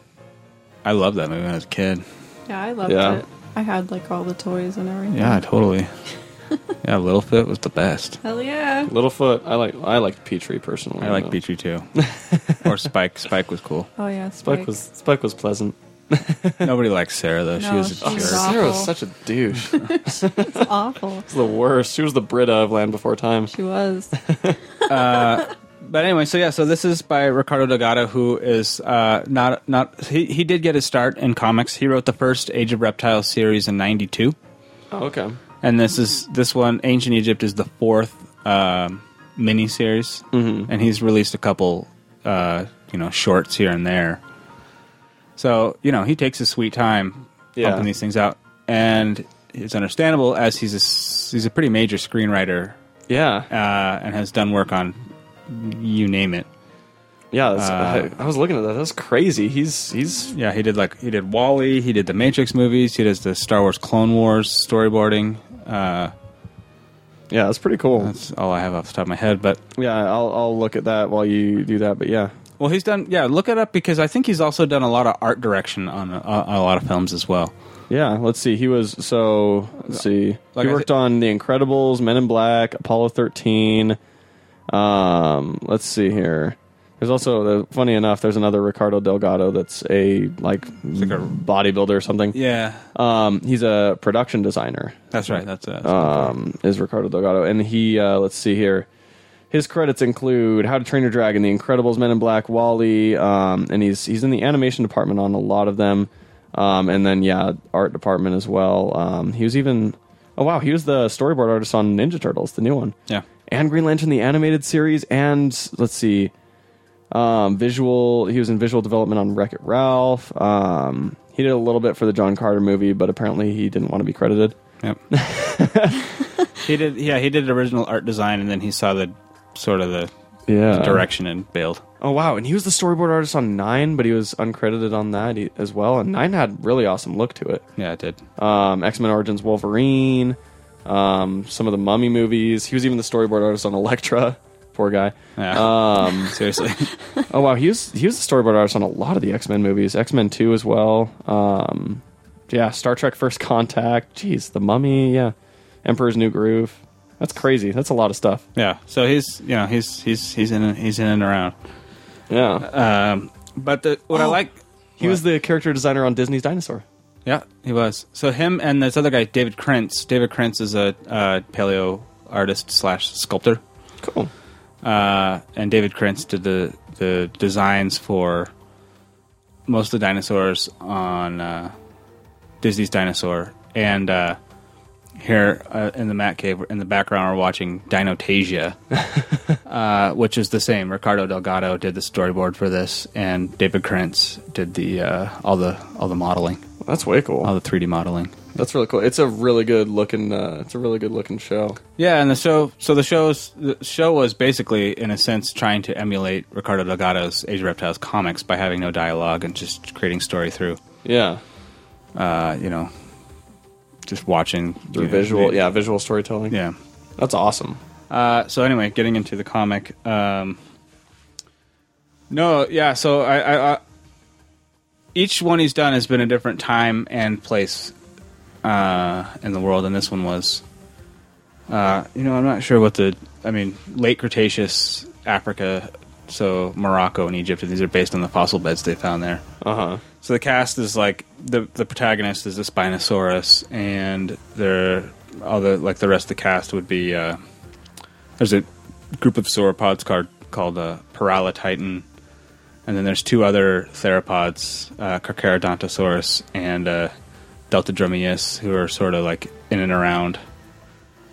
[SPEAKER 1] I loved that movie when I was a kid.
[SPEAKER 3] (laughs) Yeah, I loved
[SPEAKER 2] Yeah.
[SPEAKER 3] it. I had like all the toys and everything.
[SPEAKER 1] Yeah, totally. yeah, Littlefoot was the best.
[SPEAKER 3] Hell yeah.
[SPEAKER 2] Littlefoot, I like I liked Petrie personally.
[SPEAKER 1] I like
[SPEAKER 2] though.
[SPEAKER 1] Petrie too, or Spike. Spike was cool.
[SPEAKER 3] Oh yeah, Spike,
[SPEAKER 2] Spike was Spike was pleasant.
[SPEAKER 1] Nobody likes Sarah though. she
[SPEAKER 3] No,
[SPEAKER 1] was a
[SPEAKER 3] she was
[SPEAKER 1] jerk.
[SPEAKER 3] awful.
[SPEAKER 2] Sarah was such a douche. She
[SPEAKER 3] It's awful.
[SPEAKER 2] was the worst. She was the Brita of Land Before Time.
[SPEAKER 3] She was.
[SPEAKER 1] but anyway, so yeah, so this is by Ricardo Delgado, who is uh, not not he he did get his start in comics. He wrote the first Age of Reptiles series in '92,
[SPEAKER 2] Oh, okay.
[SPEAKER 1] and this is this one, Ancient Egypt, is the fourth um mini series, mm-hmm. and he's released a couple, uh, you know, shorts here and there. So you know, he takes his sweet time
[SPEAKER 2] Yeah.
[SPEAKER 1] pumping these things out, and it's understandable as he's a, s- he's a pretty major screenwriter
[SPEAKER 2] Yeah.
[SPEAKER 1] uh, and has done work on you name it.
[SPEAKER 2] Yeah, that's, I, I was looking at that. That's crazy. He's he's
[SPEAKER 1] Yeah, he did like he did Wally, he did the Matrix movies, he does the Star Wars Clone Wars storyboarding. Uh,
[SPEAKER 2] yeah, that's pretty cool.
[SPEAKER 1] that's all I have off the top of my head, but
[SPEAKER 2] yeah, I'll I'll look at that while you do that. But yeah,
[SPEAKER 1] well, he's done. Yeah, look it up because I think he's also done a lot of art direction on a, on a lot of films as well.
[SPEAKER 2] yeah. Let's see. He was so. Let's see.
[SPEAKER 1] Like
[SPEAKER 2] he
[SPEAKER 1] I
[SPEAKER 2] worked
[SPEAKER 1] said-
[SPEAKER 2] on The Incredibles, Men in Black, Apollo thirteen. Um, let's see here. There's also uh, funny enough. There's another Ricardo Delgado that's a like,
[SPEAKER 1] a-
[SPEAKER 2] bodybuilder or something.
[SPEAKER 1] Yeah,
[SPEAKER 2] Um, he's a production designer.
[SPEAKER 1] that's right. That's, uh,
[SPEAKER 2] um, is Ricardo Delgado, and he uh, let's see here. His credits include How to Train Your Dragon, The Incredibles, Men in Black, Wally, um, and he's he's in the animation department on a lot of them, um, and then yeah, art department as well. Um, he was even oh wow, he was the storyboard artist on Ninja Turtles, the new one,
[SPEAKER 1] yeah.
[SPEAKER 2] and Green Lantern the animated series, and let's see, um, visual. He was in visual development on Wreck It Ralph. Um, he did a little bit for the John Carter movie, but apparently he didn't want to be credited.
[SPEAKER 1] Yep. he did. Yeah, he did original art design, and then he saw the sort of the
[SPEAKER 2] Yeah,
[SPEAKER 1] direction and bailed.
[SPEAKER 2] Oh wow, and he was the storyboard artist on Nine, but he was uncredited on that e- as well. And Nine had really awesome look to it.
[SPEAKER 1] Yeah, it did.
[SPEAKER 2] Um, X Men Origins Wolverine, um, some of the Mummy movies. He was even the storyboard artist on Elektra. (laughs) Poor guy.
[SPEAKER 1] Yeah. Um, (laughs) seriously.
[SPEAKER 2] Oh wow, he was he was the storyboard artist on a lot of the X Men movies. X Men Two as well. Um, yeah, Star Trek First Contact. Jeez, The Mummy. Yeah, Emperor's New Groove. That's crazy. That's a lot of stuff.
[SPEAKER 1] Yeah. So he's you know he's he's he's in he's in and around.
[SPEAKER 2] Yeah,
[SPEAKER 1] Um, but the, what I like,
[SPEAKER 2] he was the character designer on Disney's Dinosaur.
[SPEAKER 1] yeah, he was. So him and this other guy, David Krentz. David Krentz is a uh, paleo artist slash sculptor,
[SPEAKER 2] Cool.
[SPEAKER 1] uh, and David Krentz did the the designs for most of the dinosaurs on uh, Disney's Dinosaur. And uh, here uh, in the Matt Cave, in the background, we're watching Dinotasia. uh, which is the same. Ricardo Delgado did the storyboard for this, and David Krentz did the uh, all the all the modeling,
[SPEAKER 2] That's way cool.
[SPEAKER 1] all the 3D modeling.
[SPEAKER 2] That's really cool. It's a really good looking. Uh, it's a really good looking show.
[SPEAKER 1] Yeah, and the show. So the show's the show was basically, in a sense, trying to emulate Ricardo Delgado's Age of Reptiles comics by having no dialogue and just creating story through,
[SPEAKER 2] Yeah,
[SPEAKER 1] uh, you know, just watching
[SPEAKER 2] through
[SPEAKER 1] you know,
[SPEAKER 2] visual.
[SPEAKER 1] the-
[SPEAKER 2] Yeah, visual storytelling.
[SPEAKER 1] yeah.
[SPEAKER 2] that's awesome.
[SPEAKER 1] Uh, so anyway, getting into the comic. Um, no, yeah. So I, I, I, each one he's done has been a different time and place uh, in the world, and this one was, uh, you know, I'm not sure what the, I mean, late Cretaceous Africa, so Morocco and Egypt, and these are based on the fossil beds they found there.
[SPEAKER 2] Uh huh.
[SPEAKER 1] So the cast is like the the protagonist is a Spinosaurus, and the all the like the rest of the cast would be uh, there's a group of sauropods called called uh, Paralotitan, and then there's two other theropods, uh, Carcharodontosaurus and uh, Deltadromius, who are sort of like in and around,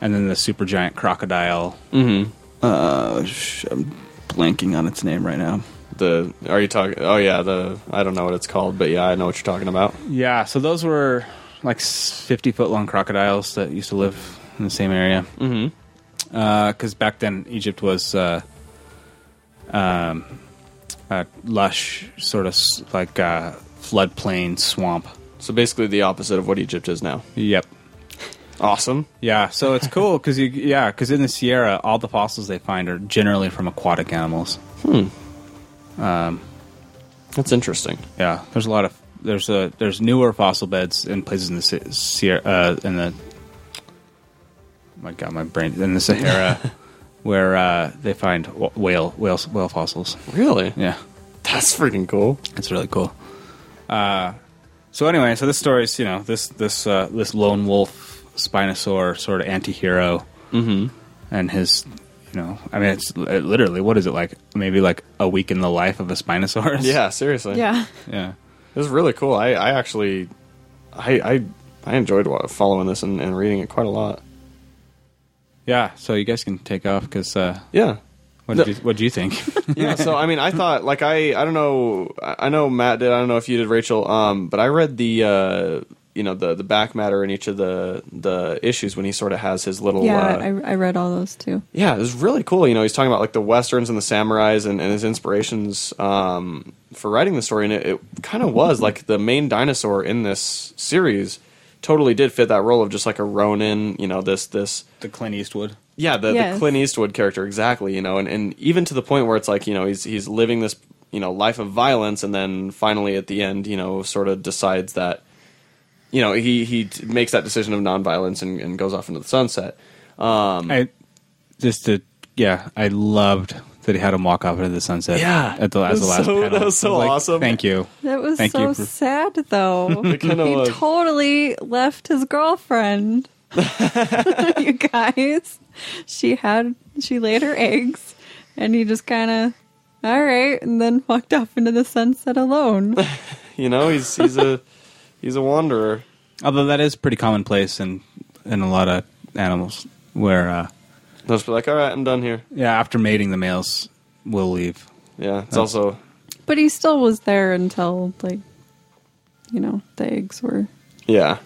[SPEAKER 1] and then the supergiant crocodile. Mm-hmm. Uh, sh- I'm blanking on its name right now.
[SPEAKER 2] The are you talking? Oh yeah, the I don't know what it's called, but yeah, I know what you're talking about.
[SPEAKER 1] Yeah, so those were like 50 foot long crocodiles that used to live in the same area. Mm hmm. Because back then, Egypt was uh, um, a lush, sort of s- like uh, floodplain swamp.
[SPEAKER 2] So basically, the opposite of what Egypt is now.
[SPEAKER 1] Yep.
[SPEAKER 2] Awesome.
[SPEAKER 1] Yeah, so it's cool because you, yeah, because in the Sierra, all the fossils they find are generally from aquatic animals.
[SPEAKER 2] That's interesting.
[SPEAKER 1] Yeah, there's a lot of there's a there's newer fossil beds in places in the Si- Sierra uh, in the oh my god my brain in the Sahara where uh, they find wh- whale whale whale fossils.
[SPEAKER 2] Really?
[SPEAKER 1] Yeah,
[SPEAKER 2] That's freaking cool.
[SPEAKER 1] it's really cool. Uh, so anyway, so this story's you know this this uh, this lone wolf spinosaur sort of anti-hero and his you know I mean it's li- literally what is it like maybe like a week in the life of a spinosaurus
[SPEAKER 2] Yeah, seriously.
[SPEAKER 3] Yeah.
[SPEAKER 1] (laughs) yeah
[SPEAKER 2] It was really cool. I, I actually, I, I, I enjoyed wa- following this and, and reading it quite a lot.
[SPEAKER 1] yeah so you guys can take off because. Uh,
[SPEAKER 2] Yeah.
[SPEAKER 1] What
[SPEAKER 2] No.
[SPEAKER 1] did you, what do you
[SPEAKER 2] (laughs)
[SPEAKER 1] think?
[SPEAKER 2] yeah so i mean i thought like i i don't know i I know matt did i don't know if you did rachel um but i read the uh you know the the back matter in each of the the issues when he sort of has his little
[SPEAKER 3] Yeah,
[SPEAKER 2] uh,
[SPEAKER 3] I, I read all those too.
[SPEAKER 2] yeah it was really cool you know he's talking about like the westerns and the samurais and, and his inspirations um for writing the story and it, it kind of was like the main dinosaur in this series totally did fit that role of just like a ronin you know this this
[SPEAKER 1] the Clint Eastwood.
[SPEAKER 2] yeah, the, the
[SPEAKER 3] Yes.
[SPEAKER 2] Clint Eastwood character, exactly. You know, and, and even to the point where it's like you know he's he's living this you know life of violence, and then finally at the end, you know, sort of decides that you know he he t- makes that decision of nonviolence and, and goes off into the sunset.
[SPEAKER 1] Um, I just to yeah, I loved that he had him walk off into the sunset.
[SPEAKER 2] Yeah.
[SPEAKER 1] at the, as the
[SPEAKER 2] That was
[SPEAKER 1] last
[SPEAKER 2] so-
[SPEAKER 1] panel.
[SPEAKER 2] that was so
[SPEAKER 1] I like,
[SPEAKER 2] awesome.
[SPEAKER 1] Thank you.
[SPEAKER 3] That was
[SPEAKER 1] Thank
[SPEAKER 3] so
[SPEAKER 1] you for-
[SPEAKER 3] sad,
[SPEAKER 2] (laughs)
[SPEAKER 3] though. he
[SPEAKER 2] kinda was.
[SPEAKER 3] totally left his
[SPEAKER 2] (laughs)
[SPEAKER 3] girlfriend. (laughs) you guys, she had she laid her eggs, and he just kind of all right, and then walked off into the
[SPEAKER 2] (laughs)
[SPEAKER 3] sunset alone.
[SPEAKER 2] You know, he's he's a (laughs) he's a wanderer.
[SPEAKER 1] Although that is pretty commonplace in in a lot of animals, where uh,
[SPEAKER 2] They'll just be like, all right, I'm done here.
[SPEAKER 1] yeah, after mating, the males will leave.
[SPEAKER 2] Yeah, it's also
[SPEAKER 3] but he still was there until like you know the eggs were
[SPEAKER 2] yeah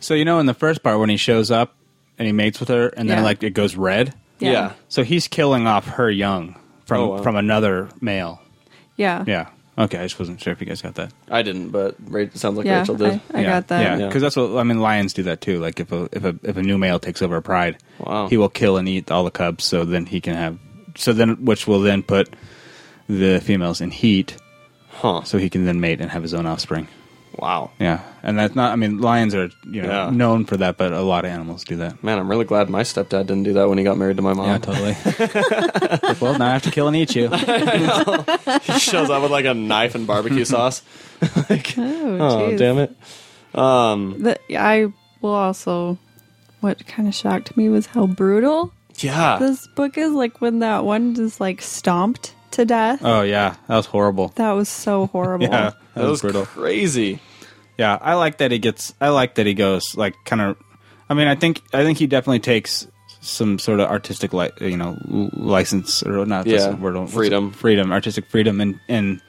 [SPEAKER 1] So you know, in the first part when he shows up and he mates with her, and then
[SPEAKER 3] Yeah.
[SPEAKER 1] like it goes red.
[SPEAKER 2] yeah.
[SPEAKER 1] So he's killing off her young from
[SPEAKER 2] Oh, wow.
[SPEAKER 1] from another male.
[SPEAKER 3] yeah
[SPEAKER 1] Yeah. Okay, I just wasn't sure if you guys got that.
[SPEAKER 2] I didn't, but Ra- it sounds like
[SPEAKER 3] Yeah,
[SPEAKER 2] Rachel did.
[SPEAKER 3] I got that.
[SPEAKER 1] Yeah,
[SPEAKER 2] Yeah.
[SPEAKER 1] because that's what I mean. Lions do that too. Like if a if a if a new male takes over a pride,
[SPEAKER 2] Wow.
[SPEAKER 1] he will kill and eat all the cubs. So then he can have. So then, which will then put the females in heat,
[SPEAKER 2] Huh.
[SPEAKER 1] so he can then mate and have his own offspring.
[SPEAKER 2] Wow.
[SPEAKER 1] Yeah, and that's not. I mean, lions are you know
[SPEAKER 2] Yeah.
[SPEAKER 1] known for that, but a lot of animals do
[SPEAKER 2] (laughs)
[SPEAKER 1] that.
[SPEAKER 2] Man, I'm really glad my stepdad didn't do that when he got married to my mom.
[SPEAKER 1] Yeah,
[SPEAKER 2] (laughs)
[SPEAKER 1] totally. well, now I have to kill and eat you.
[SPEAKER 2] he shows up with like a knife and (laughs) barbecue sauce. like,
[SPEAKER 3] Oh,
[SPEAKER 2] oh,
[SPEAKER 3] jeez.
[SPEAKER 2] damn it.
[SPEAKER 3] The, I will also. What kind of shocked me was how brutal
[SPEAKER 2] Yeah.
[SPEAKER 3] this book is. Like when that one is like stomped to death.
[SPEAKER 1] Oh yeah, that was horrible.
[SPEAKER 3] that was so horrible.
[SPEAKER 1] Yeah,
[SPEAKER 2] That was crazy.
[SPEAKER 1] Yeah, I like that he gets. I like that he goes like kind of. I mean, I think I think he definitely takes some sort of artistic, like you know, l- license or not. that's
[SPEAKER 2] Yeah,
[SPEAKER 1] the word, what's it?
[SPEAKER 2] freedom.
[SPEAKER 1] freedom, artistic freedom, and and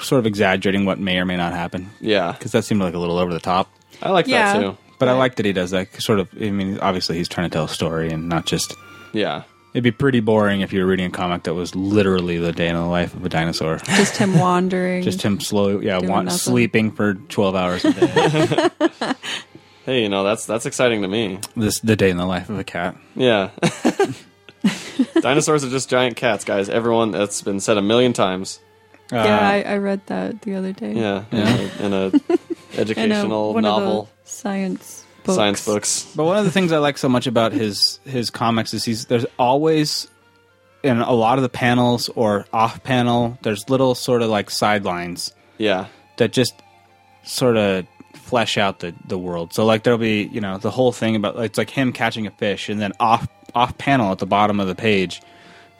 [SPEAKER 1] sort of exaggerating what may or may not happen
[SPEAKER 2] Yeah.
[SPEAKER 1] because that seemed like a little over the top.
[SPEAKER 2] I like
[SPEAKER 3] Yeah.
[SPEAKER 2] that too.
[SPEAKER 1] But I like that he does that. 'cause Sort of. I mean, obviously he's trying to tell a story and not just.
[SPEAKER 2] Yeah.
[SPEAKER 1] It'd be pretty boring if you were reading a comic that was literally the day in the life of a dinosaur.
[SPEAKER 3] Just
[SPEAKER 1] (laughs)
[SPEAKER 3] him wandering.
[SPEAKER 1] Just him slow, yeah,
[SPEAKER 3] Doing
[SPEAKER 1] want,
[SPEAKER 3] nothing.
[SPEAKER 1] sleeping for twelve hours a day.
[SPEAKER 2] Hey, you know, that's that's exciting to me.
[SPEAKER 1] this the day in the life of a cat.
[SPEAKER 2] Yeah. (laughs) Dinosaurs are just giant cats, guys. Everyone that's been said a million times.
[SPEAKER 1] uh,
[SPEAKER 3] yeah, I, I read that the other day.
[SPEAKER 2] Yeah. In a, in a
[SPEAKER 3] (laughs) In a,
[SPEAKER 2] educational
[SPEAKER 3] one
[SPEAKER 2] novel,
[SPEAKER 3] of the science books.
[SPEAKER 2] science books.
[SPEAKER 1] But one of the things I like so much about his his comics is he's there's always in a lot of the panels or off panel there's little sort of like sidelines
[SPEAKER 2] Yeah.
[SPEAKER 1] that just sort of flesh out the the world. So like there'll be you know the whole thing about it's like him catching a fish and then off off panel at the bottom of the page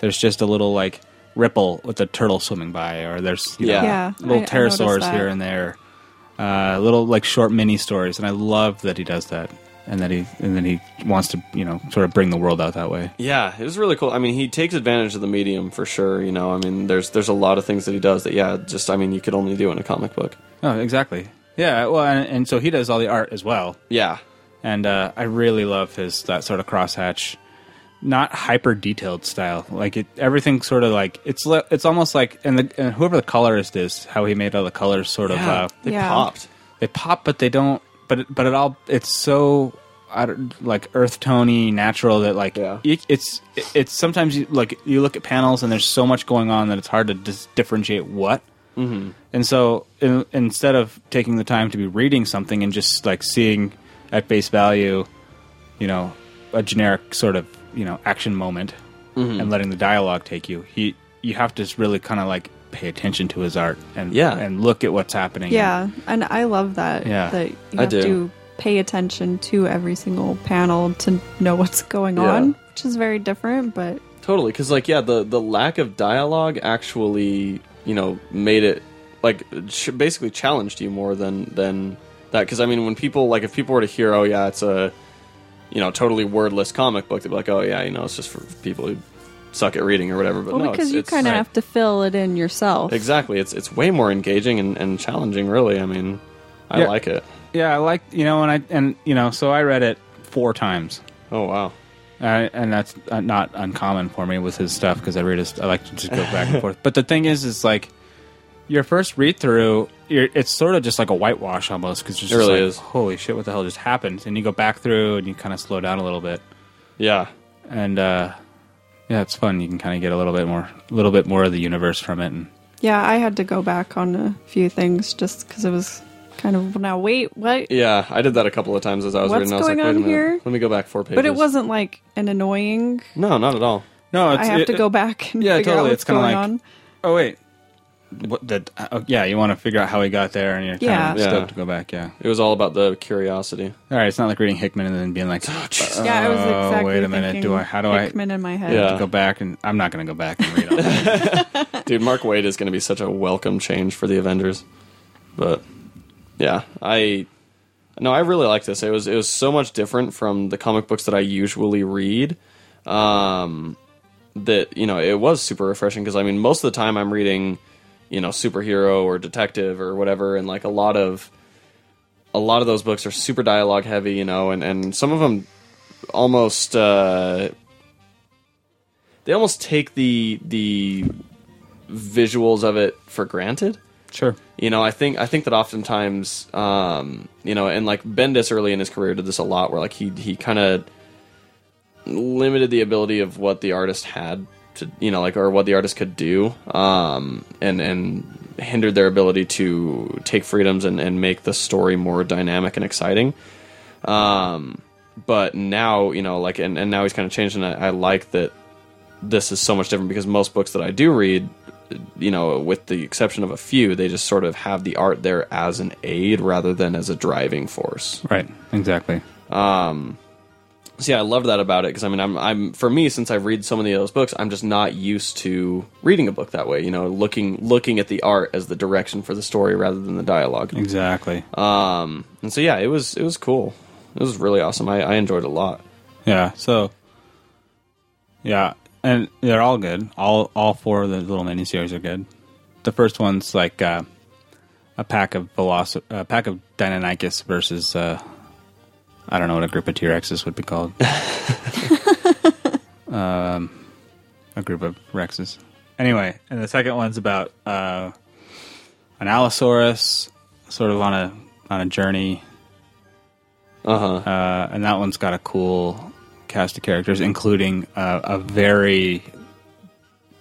[SPEAKER 1] there's just a little like ripple with a turtle swimming by or there's you know,
[SPEAKER 2] Yeah.
[SPEAKER 3] Yeah, I- I
[SPEAKER 1] little
[SPEAKER 3] noticed
[SPEAKER 1] pterosaurs
[SPEAKER 3] that.
[SPEAKER 1] here and there, uh, little like short mini stories, and I love that he does that, and that he and then he wants to you know sort of bring the world out that way.
[SPEAKER 2] Yeah, it was really cool. I mean, he takes advantage of the medium for sure. You know, I mean, there's there's a lot of things that he does that, yeah, just I mean, you could only do in a comic book.
[SPEAKER 1] Oh, exactly. Yeah. Well, and, and so he does all the art as well,
[SPEAKER 2] Yeah,
[SPEAKER 1] and uh, I really love his that sort of crosshatch, not hyper detailed style. Like it, everything sort of like it's li- it's almost like and, the, and whoever the colorist is, how he made all the colors sort
[SPEAKER 2] yeah,
[SPEAKER 1] of. Uh,
[SPEAKER 2] they
[SPEAKER 3] Yeah.
[SPEAKER 2] popped.
[SPEAKER 1] they pop, but they don't. But it- but it all it's so I don't, like earth tony natural that like
[SPEAKER 2] Yeah.
[SPEAKER 1] it- it's it's sometimes you, like you look at panels and there's so much going on that it's hard to dis- differentiate what. Mm-hmm. And so in, instead of taking the time to be reading something and just like seeing at face value, you know, a generic sort of you know action moment
[SPEAKER 2] Mm-hmm.
[SPEAKER 1] and letting the dialogue take you, he you have to really kind of like pay attention to his art and
[SPEAKER 2] Yeah.
[SPEAKER 1] and look at what's happening.
[SPEAKER 3] Yeah, and I love that.
[SPEAKER 1] Yeah.
[SPEAKER 3] that you
[SPEAKER 2] I
[SPEAKER 3] have
[SPEAKER 2] do.
[SPEAKER 3] to pay attention to every single panel to know what's going
[SPEAKER 2] Yeah.
[SPEAKER 3] on, which is very different. But
[SPEAKER 2] Totally, because like yeah, the the lack of dialogue actually you know made it like ch- basically challenged you more than than that. Because I mean, when people like if people were to hear, oh yeah, it's a you know totally wordless comic book, they'd be like, oh yeah, you know, it's just for people who suck at reading or whatever. But
[SPEAKER 3] well,
[SPEAKER 2] no,
[SPEAKER 3] because
[SPEAKER 2] it's,
[SPEAKER 3] you
[SPEAKER 2] it's-
[SPEAKER 3] kind of
[SPEAKER 1] right.
[SPEAKER 3] have to fill it in yourself.
[SPEAKER 2] exactly, it's it's way more engaging and, and challenging. Really, I mean, I
[SPEAKER 1] Yeah.
[SPEAKER 2] like it.
[SPEAKER 1] Yeah, I like you know, and I and you know, so I read it four times,
[SPEAKER 2] Oh wow,
[SPEAKER 1] uh, and that's uh, not uncommon for me with his stuff because I read his. I like to just go back
[SPEAKER 2] (laughs)
[SPEAKER 1] and forth. But the thing is, is like your first read through, you're, it's sort of just like a whitewash almost because
[SPEAKER 2] It really
[SPEAKER 1] like,
[SPEAKER 2] is.
[SPEAKER 1] Holy shit! What the hell just happened? And you go back through and you kind of slow down a little bit,
[SPEAKER 2] yeah,
[SPEAKER 1] and uh, yeah, it's fun. You can kind of get a little bit more, a little bit more of the universe from it, and
[SPEAKER 3] Yeah, I had to go back on a few things just because it was kind of now. Wait, what?
[SPEAKER 2] yeah. I did that a couple of times as I was
[SPEAKER 3] What's
[SPEAKER 2] reading. I was
[SPEAKER 3] going
[SPEAKER 2] like, wait
[SPEAKER 3] on
[SPEAKER 2] a minute,
[SPEAKER 3] here?
[SPEAKER 2] Let me go back four pages.
[SPEAKER 3] but it wasn't like an annoying.
[SPEAKER 2] no, not at all.
[SPEAKER 1] no, it's,
[SPEAKER 3] I have
[SPEAKER 1] it-
[SPEAKER 3] to go back and
[SPEAKER 1] yeah,
[SPEAKER 3] figure
[SPEAKER 1] totally.
[SPEAKER 3] out
[SPEAKER 1] It's
[SPEAKER 3] what's
[SPEAKER 1] kinda
[SPEAKER 3] going
[SPEAKER 1] like-
[SPEAKER 3] on.
[SPEAKER 1] Oh wait, what the? oh, yeah, you want to figure out how he got there, and you're kind
[SPEAKER 3] Yeah.
[SPEAKER 1] of
[SPEAKER 2] Yeah.
[SPEAKER 1] stoked to go back. Yeah.
[SPEAKER 2] It was all about the curiosity.
[SPEAKER 1] All right, it's not like reading Hickman and then being like, oh,
[SPEAKER 2] jeez.
[SPEAKER 3] Yeah, I was exactly.
[SPEAKER 1] wait a minute, do
[SPEAKER 3] thinking
[SPEAKER 1] I? How do I?
[SPEAKER 3] Hickman in my head.
[SPEAKER 2] Yeah.
[SPEAKER 1] to go back and I'm not going to go back and read all that.
[SPEAKER 2] (laughs) Dude, Mark Wade is going to be such a welcome change for the Avengers. But yeah, I no, I really like this. It was it was so much different from the comic books that I usually read. Um, that you know, it was super refreshing because I mean, most of the time I'm reading, you know, superhero or detective or whatever, and like a lot of a lot of those books are super dialogue heavy, you know, and and some of them almost uh, they almost take the the visuals of it for granted.
[SPEAKER 1] sure.
[SPEAKER 2] You know, I think I think that oftentimes, um, you know, and like Bendis early in his career did this a lot, where like he he kind of limited the ability of what the artist had to you know like or what the artist could do um, and and hindered their ability to take freedoms and, and make the story more dynamic and exciting um, but now you know like and, and now he's kind of changed and I, I like that this is so much different because most books that I do read you know with the exception of a few they just sort of have the art there as an aid rather than as a driving force
[SPEAKER 1] Right. Exactly.
[SPEAKER 2] so yeah, I love that about it because I mean, I'm, I'm for me since I've read so many of those books, I'm just not used to reading a book that way. You know, looking looking at the art as the direction for the story rather than the dialogue.
[SPEAKER 1] Exactly.
[SPEAKER 2] Um, and so yeah, it was it was cool. It was really awesome. I, I enjoyed it a lot.
[SPEAKER 1] Yeah. So, yeah, and they're all good. All all four of the little miniseries are good. The first one's like uh, a pack of veloci- a pack of Deinonychus versus uh, I don't know what a group of T Rexes would be called. um, a group of Rexes. Anyway, and the second one's about uh, an Allosaurus, sort of on a on a journey uh, and that one's got a cool cast of characters, including uh, a very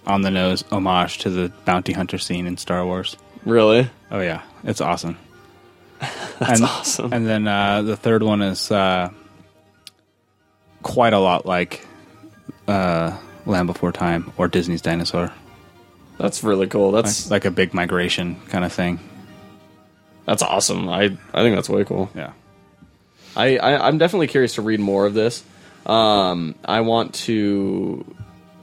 [SPEAKER 1] on the nose homage to the bounty hunter scene in Star Wars.
[SPEAKER 2] Really,
[SPEAKER 1] Oh yeah, it's awesome. That's and,
[SPEAKER 2] awesome.
[SPEAKER 1] And then uh, the third one is uh, quite a lot like uh, Land Before Time or Disney's Dinosaur,
[SPEAKER 2] that's really cool. That's
[SPEAKER 1] like a big migration kind of thing.
[SPEAKER 2] that's awesome. I I think that's way cool.
[SPEAKER 1] Yeah.
[SPEAKER 2] I, I I'm definitely curious to read more of this. Um, I want to,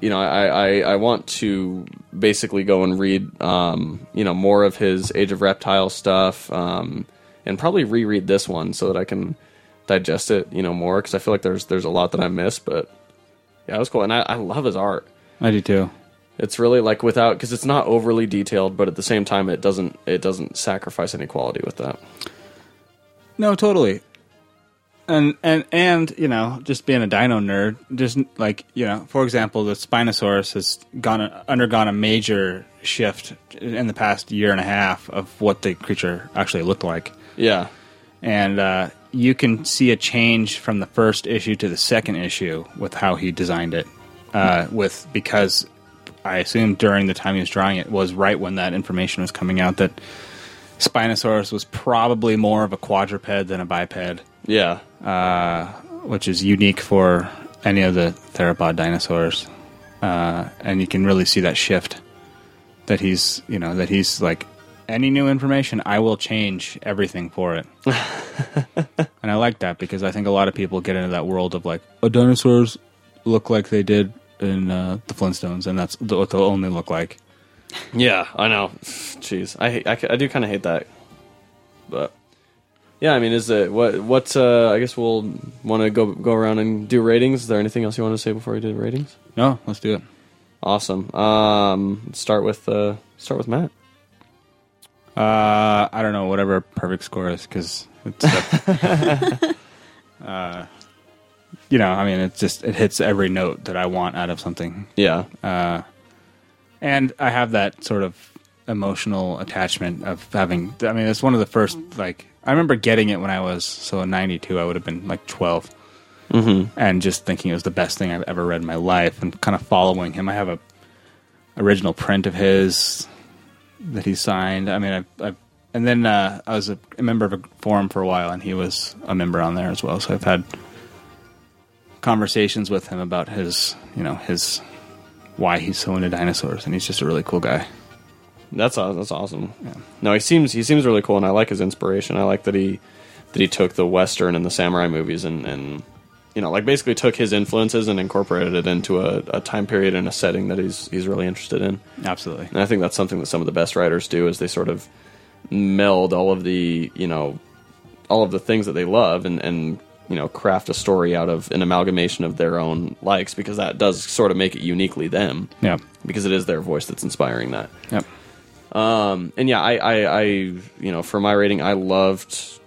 [SPEAKER 2] you know, I, I I want to basically go and read, um, you know, more of his Age of Reptile stuff, um, and probably reread this one so that I can digest it, you know, more because I feel like there's there's a lot that I missed, but yeah, it was cool, and I, I love his art.
[SPEAKER 1] I do too.
[SPEAKER 2] It's really like without because it's not overly detailed, but at the same time, it doesn't it doesn't sacrifice any quality with that.
[SPEAKER 1] No, totally. And and and you know, just being a dino nerd, just like you know, for example, the Spinosaurus has gone undergone a major shift in the past year and a half of what the creature actually looked like,
[SPEAKER 2] Yeah,
[SPEAKER 1] and uh, you can see a change from the first issue to the second issue with how he designed it, uh, with because. I assume during the time he was drawing it was right when that information was coming out that Spinosaurus was probably more of a quadruped than a biped
[SPEAKER 2] yeah,
[SPEAKER 1] which is unique for any of the theropod dinosaurs. Uh, and you can really see that shift that he's, you know, that he's like, any new information, I will change everything for (laughs) it. and I like that because I think a lot of people get into that world of like, oh, dinosaurs look like they did in uh, the Flintstones, and that's th- what they'll only look like.
[SPEAKER 2] Yeah, I know. (sighs) Jeez, I hate- I, ca- I do kind of hate that, but yeah, I mean, is it what what? Uh, I guess we'll want to go go around and do ratings. Is there anything else you want to say before we do ratings?
[SPEAKER 1] No, let's do it.
[SPEAKER 2] Awesome. Um, start with uh, start with Matt.
[SPEAKER 1] Uh, I don't know, whatever perfect score is, because (laughs) it's. uh, you know, I mean, it's just it hits every note that I want out of something,
[SPEAKER 2] Yeah,
[SPEAKER 1] and I have that sort of emotional attachment of having. I mean, it's one of the first like I remember getting it when I was so in '92. I would have been like 12, mm-hmm. and just thinking it was the best thing I've ever read in my life, and kind of following him. I have a original print of his that he signed. I mean, I, I and then uh, I was a, a member of a forum for a while, and he was a member on there as well. So I've had conversations with him about his, you know, his why he's so into dinosaurs, and he's just a really cool guy.
[SPEAKER 2] that's aw- that's awesome. No, he seems he seems really cool, and I like his inspiration. I like that he that he took the western and the samurai movies and and you know like basically took his influences and incorporated it into a, a time period and a setting that he's he's really interested in.
[SPEAKER 1] Absolutely.
[SPEAKER 2] And I think that's something that some of the best writers do is they sort of meld all of the, you know, all of the things that they love and, and you know, craft a story out of an amalgamation of their own likes because that does sort of make it uniquely them.
[SPEAKER 1] Yeah.
[SPEAKER 2] Because it is their voice that's inspiring that.
[SPEAKER 1] Yep.
[SPEAKER 2] Um, and yeah, I, I, I, you know, for my rating, I loved,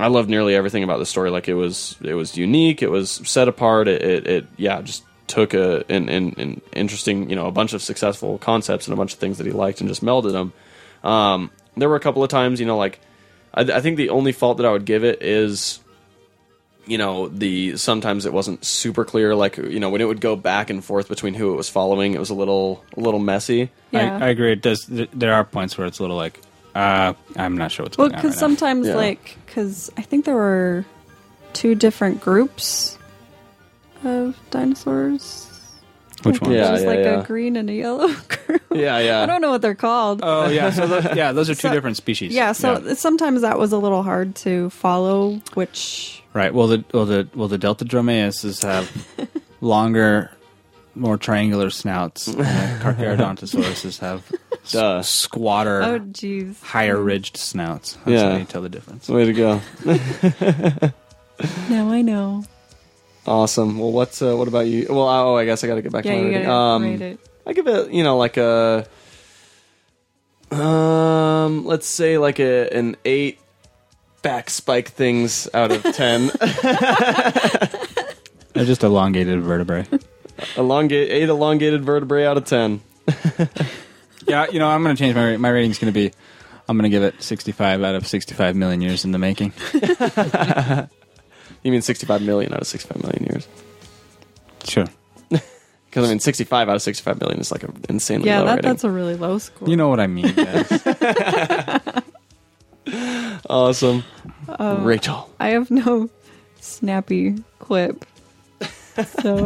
[SPEAKER 2] I loved nearly everything about the story. Like it was, it was unique. It was set apart. It, it, it yeah, just took a an, an, an interesting, you know, a bunch of successful concepts and a bunch of things that he liked and just melded them. Um, there were a couple of times, you know, like I, I think the only fault that I would give it is you know the sometimes it wasn't super clear like you know when it would go back and forth between who it was following it was a little a little messy
[SPEAKER 3] Yeah.
[SPEAKER 1] I, I agree. It does. th- There are points where it's a little like, uh, I'm not sure what's
[SPEAKER 3] Well,
[SPEAKER 1] going on.
[SPEAKER 3] because
[SPEAKER 1] right now.
[SPEAKER 3] sometimes,
[SPEAKER 2] Yeah.
[SPEAKER 3] like, because I think there were two different groups of dinosaurs.
[SPEAKER 1] Which
[SPEAKER 3] Like,
[SPEAKER 1] one?
[SPEAKER 2] Yeah,
[SPEAKER 3] There's
[SPEAKER 2] yeah,
[SPEAKER 3] like
[SPEAKER 2] yeah.
[SPEAKER 3] a green and a yellow (laughs) group.
[SPEAKER 2] (laughs) yeah yeah
[SPEAKER 3] I don't know what they're called.
[SPEAKER 1] Oh yeah, so
[SPEAKER 3] (laughs)
[SPEAKER 1] those, yeah, those are two
[SPEAKER 3] So-
[SPEAKER 1] different species.
[SPEAKER 3] yeah, so sometimes that was a little hard to follow, which
[SPEAKER 1] right. Well, the well the well the Delta dromaeuses have
[SPEAKER 3] (laughs)
[SPEAKER 1] longer, more triangular snouts. and
[SPEAKER 3] (laughs)
[SPEAKER 1] the Carcharodontosauruses have s-
[SPEAKER 2] Duh.
[SPEAKER 1] squatter,
[SPEAKER 3] oh mm. jeez.
[SPEAKER 1] higher ridged snouts. That's
[SPEAKER 2] Yeah.
[SPEAKER 1] how you tell the difference.
[SPEAKER 2] way to go
[SPEAKER 3] Now I know.
[SPEAKER 2] awesome well what's uh, what about you well oh i guess i gotta get back
[SPEAKER 3] Yeah,
[SPEAKER 2] to my
[SPEAKER 3] you
[SPEAKER 2] rating.
[SPEAKER 3] gotta
[SPEAKER 2] um
[SPEAKER 3] rate it.
[SPEAKER 2] i give it you know like a um let's say like a an eight back spike things out of
[SPEAKER 3] (laughs)
[SPEAKER 2] ten
[SPEAKER 1] They're just elongated vertebrae.
[SPEAKER 2] elongate eight elongated vertebrae out of ten
[SPEAKER 1] yeah, you know, I'm gonna change my ra- my rating's gonna be. I'm gonna give it 65 out of 65 million years in the making.
[SPEAKER 2] you mean 65 million out of 65 million years
[SPEAKER 1] Sure.
[SPEAKER 2] Because I mean, sixty-five out of sixty-five million is like an insanely
[SPEAKER 3] Yeah,
[SPEAKER 2] low
[SPEAKER 3] that,
[SPEAKER 2] rating.
[SPEAKER 3] that's a really low score.
[SPEAKER 1] You know what I mean. guys.
[SPEAKER 2] awesome.
[SPEAKER 3] Uh,
[SPEAKER 2] Rachel,
[SPEAKER 3] I have no snappy
[SPEAKER 1] (laughs)
[SPEAKER 3] clip. so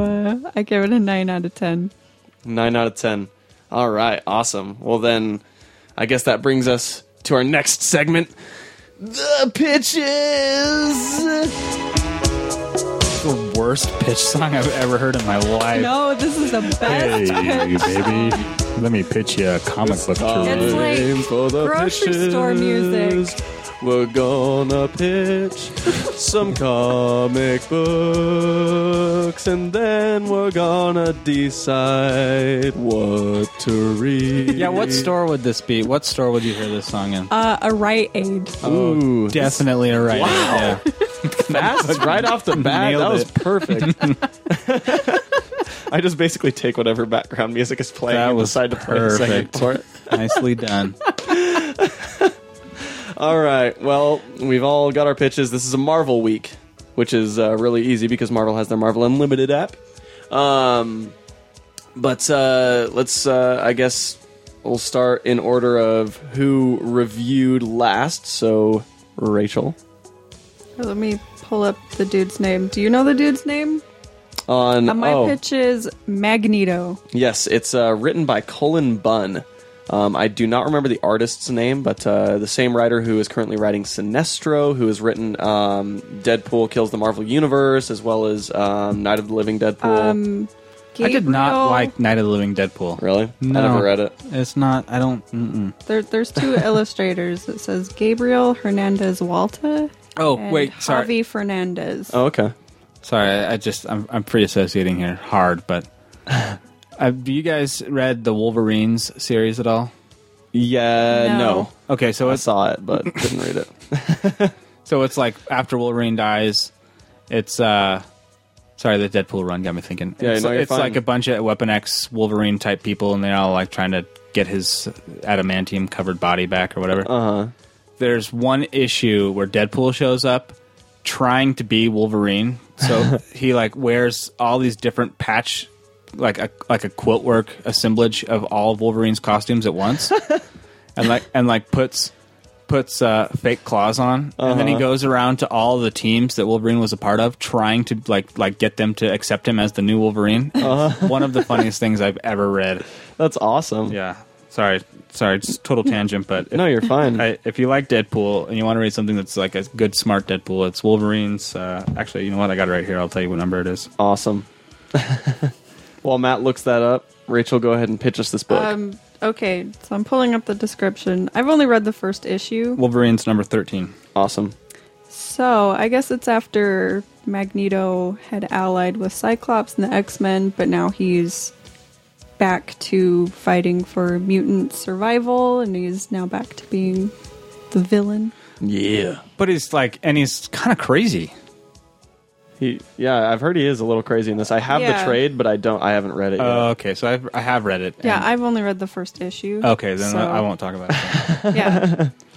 [SPEAKER 3] uh, I give it a nine out of ten.
[SPEAKER 2] nine out of ten. All right, awesome. Well, then, I guess that brings us to our next segment: the pitches.
[SPEAKER 1] (laughs) the worst pitch song I've ever heard in my life.
[SPEAKER 3] No, this is the best.
[SPEAKER 1] Hey,
[SPEAKER 3] pitch
[SPEAKER 1] baby.
[SPEAKER 3] song.
[SPEAKER 1] Let me pitch you a comic book to
[SPEAKER 3] It's
[SPEAKER 1] read.
[SPEAKER 3] like
[SPEAKER 2] Time for the
[SPEAKER 3] grocery store music.
[SPEAKER 2] We're gonna pitch
[SPEAKER 3] (laughs)
[SPEAKER 2] some comic books, and then we're gonna decide what to read.
[SPEAKER 1] Yeah, what store would this be? What store would you hear this song in?
[SPEAKER 3] Uh, a right aid.
[SPEAKER 1] Oh.
[SPEAKER 2] Ooh,
[SPEAKER 1] Definitely a right. Wow.
[SPEAKER 2] fast right off
[SPEAKER 1] (laughs)
[SPEAKER 2] the bat.
[SPEAKER 1] Nailed
[SPEAKER 2] that was
[SPEAKER 1] it.
[SPEAKER 2] perfect.
[SPEAKER 1] (laughs)
[SPEAKER 2] (laughs) I just basically take whatever background music is playing
[SPEAKER 1] That
[SPEAKER 2] and
[SPEAKER 1] was
[SPEAKER 2] decide to play a second
[SPEAKER 1] perfect.
[SPEAKER 2] for it.
[SPEAKER 1] Nicely done.
[SPEAKER 2] All right. Well, we've all got our pitches. This is a Marvel week, which is uh, really easy because Marvel has their Marvel Unlimited app. Um, but uh, let's, uh, I guess, we'll start in order of who reviewed last. So, Rachel
[SPEAKER 3] Let me pull up the dude's name. Do you know the dude's name?
[SPEAKER 2] on
[SPEAKER 3] Uh, my
[SPEAKER 2] oh.
[SPEAKER 3] pitch is Magneto.
[SPEAKER 2] Yes, it's uh, written by Colin Bunn. Um, I do not remember the artist's name, but uh, the same writer who is currently writing Sinestro, who has written um, Deadpool Kills the Marvel Universe, as well as um, Night of the Living Deadpool.
[SPEAKER 1] I did
[SPEAKER 3] Gabriel-
[SPEAKER 1] not like Night of the Living Deadpool.
[SPEAKER 2] really?
[SPEAKER 1] No.
[SPEAKER 2] I never read it.
[SPEAKER 1] It's not. I don't. Mm-mm.
[SPEAKER 3] There,
[SPEAKER 1] (laughs)
[SPEAKER 3] there's two illustrators. It says Gabriel Hernandez Walta.
[SPEAKER 1] Oh
[SPEAKER 3] and
[SPEAKER 1] wait, sorry.
[SPEAKER 3] Javi Fernandez.
[SPEAKER 2] Oh, okay.
[SPEAKER 1] Sorry, I I just I'm I'm free associating here hard, but uh, have you guys read the Wolverines series at all? Uh,
[SPEAKER 2] Yeah, no.
[SPEAKER 3] No.
[SPEAKER 1] Okay, so
[SPEAKER 2] I
[SPEAKER 1] it's
[SPEAKER 2] saw
[SPEAKER 1] (laughs)
[SPEAKER 2] it, but didn't read it.
[SPEAKER 1] So it's like after Wolverine dies, it's uh sorry, the Deadpool run got me thinking.
[SPEAKER 2] Yeah,
[SPEAKER 1] it's,
[SPEAKER 2] no, you're
[SPEAKER 1] it's
[SPEAKER 2] fine.
[SPEAKER 1] like a bunch of Weapon X Wolverine type people and they're all like trying to get his adamantium covered body back or whatever.
[SPEAKER 2] Uh huh.
[SPEAKER 1] There's one issue where Deadpool shows up trying to be Wolverine.
[SPEAKER 2] (laughs)
[SPEAKER 1] So he like wears all these different patch like a like a quilt work assemblage of all of Wolverine's costumes at
[SPEAKER 2] (laughs)
[SPEAKER 1] once. and like and like puts puts uh, fake claws on, and then he goes around to all the teams that Wolverine was a part of, trying to like like get them to accept him as the new Wolverine. (laughs) One of the funniest things I've ever read.
[SPEAKER 2] That's awesome.
[SPEAKER 1] Yeah, sorry, sorry, it's total tangent, but
[SPEAKER 2] No, you're fine.
[SPEAKER 1] I, if you like Deadpool and you want to read something that's like a good smart Deadpool, it's Wolverine's. Uh, actually, you know what? I got it right here. I'll tell you what number it is.
[SPEAKER 2] awesome. (laughs) While Matt looks that up, Rachel, go ahead and pitch us this book.
[SPEAKER 3] Um, okay, so I'm pulling up the description. I've only read the first issue.
[SPEAKER 1] Wolverine's number thirteen.
[SPEAKER 2] awesome.
[SPEAKER 3] So I guess it's after Magneto had allied with Cyclops and the X Men, but now he's back to fighting for mutant survival, and he's now back to being the villain.
[SPEAKER 2] Yeah.
[SPEAKER 1] But he's like, and he's kind of crazy.
[SPEAKER 2] He, yeah, I've heard he is a little crazy in this. I have the
[SPEAKER 3] Yeah.
[SPEAKER 2] trade, but I don't. I haven't read it yet.
[SPEAKER 1] Uh, okay, so I've, I have read it.
[SPEAKER 3] Yeah,
[SPEAKER 1] and-
[SPEAKER 3] I've only read the first issue.
[SPEAKER 1] Okay, then
[SPEAKER 3] so-
[SPEAKER 1] I I won't talk about it. (laughs)
[SPEAKER 3] Yeah,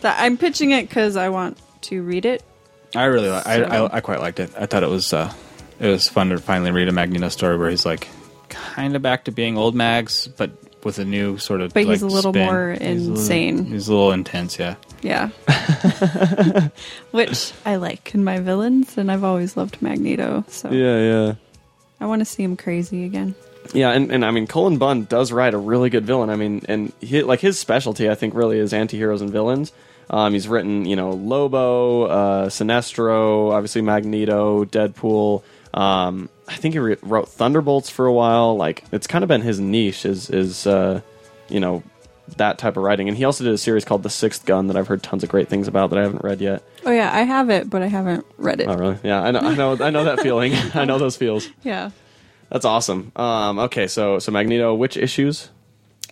[SPEAKER 3] Th- I'm pitching it because I want to read it,
[SPEAKER 1] I really, li- I, I, I quite liked it. I thought it was, uh, it was fun to finally read a Magneto story where he's like, kind of back to being old Mags, but with a new sort of.
[SPEAKER 3] But he's
[SPEAKER 1] like,
[SPEAKER 3] a little
[SPEAKER 1] spin.
[SPEAKER 3] more
[SPEAKER 1] He's a little-
[SPEAKER 3] insane.
[SPEAKER 1] he's a little intense, yeah. (laughs)
[SPEAKER 3] Yeah. Which I like in my villains, and I've always loved Magneto, so
[SPEAKER 2] Yeah, yeah.
[SPEAKER 3] I want to see him crazy again.
[SPEAKER 2] Yeah, and, and I mean Colin Bunn does write a really good villain. I mean, and he, like his specialty, I think, really is antiheroes and villains. Um, he's written, you know, Lobo, uh, Sinestro, obviously Magneto, Deadpool. Um, I think he re- wrote Thunderbolts for a while. Like it's kind of been his niche is is uh, you know that type of writing. And he also did a series called The Sixth Gun that I've heard tons of great things about that I haven't read yet.
[SPEAKER 3] Oh yeah, I have it, but I haven't read it.
[SPEAKER 2] Oh, really? Yeah, I know, I know, I know that feeling. I know those feels.
[SPEAKER 3] Yeah.
[SPEAKER 2] That's awesome. Um, okay, so so Magneto, which issues?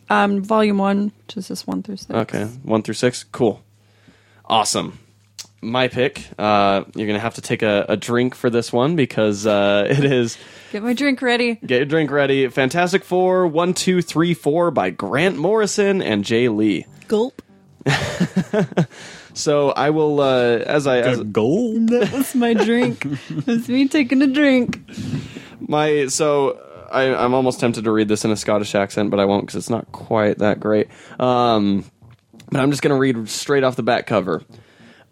[SPEAKER 3] Um, volume one, which is just one through six.
[SPEAKER 2] Okay, one through six. Cool. Awesome. My pick. Uh, you're gonna have to take a, a drink for this one because uh, (laughs) it is.
[SPEAKER 3] Get my drink ready.
[SPEAKER 2] Get your drink ready. Fantastic Four, one, two, three, four by Grant Morrison and Jay Lee.
[SPEAKER 3] Gulp.
[SPEAKER 2] So I will, uh, as I as,
[SPEAKER 1] Gold.
[SPEAKER 3] That was
[SPEAKER 2] (laughs)
[SPEAKER 3] my drink. That's me taking a drink.
[SPEAKER 2] my so I, I'm almost tempted to read this in a Scottish accent, but I won't because it's not quite that great. Um, but I'm just going to read straight off the back cover.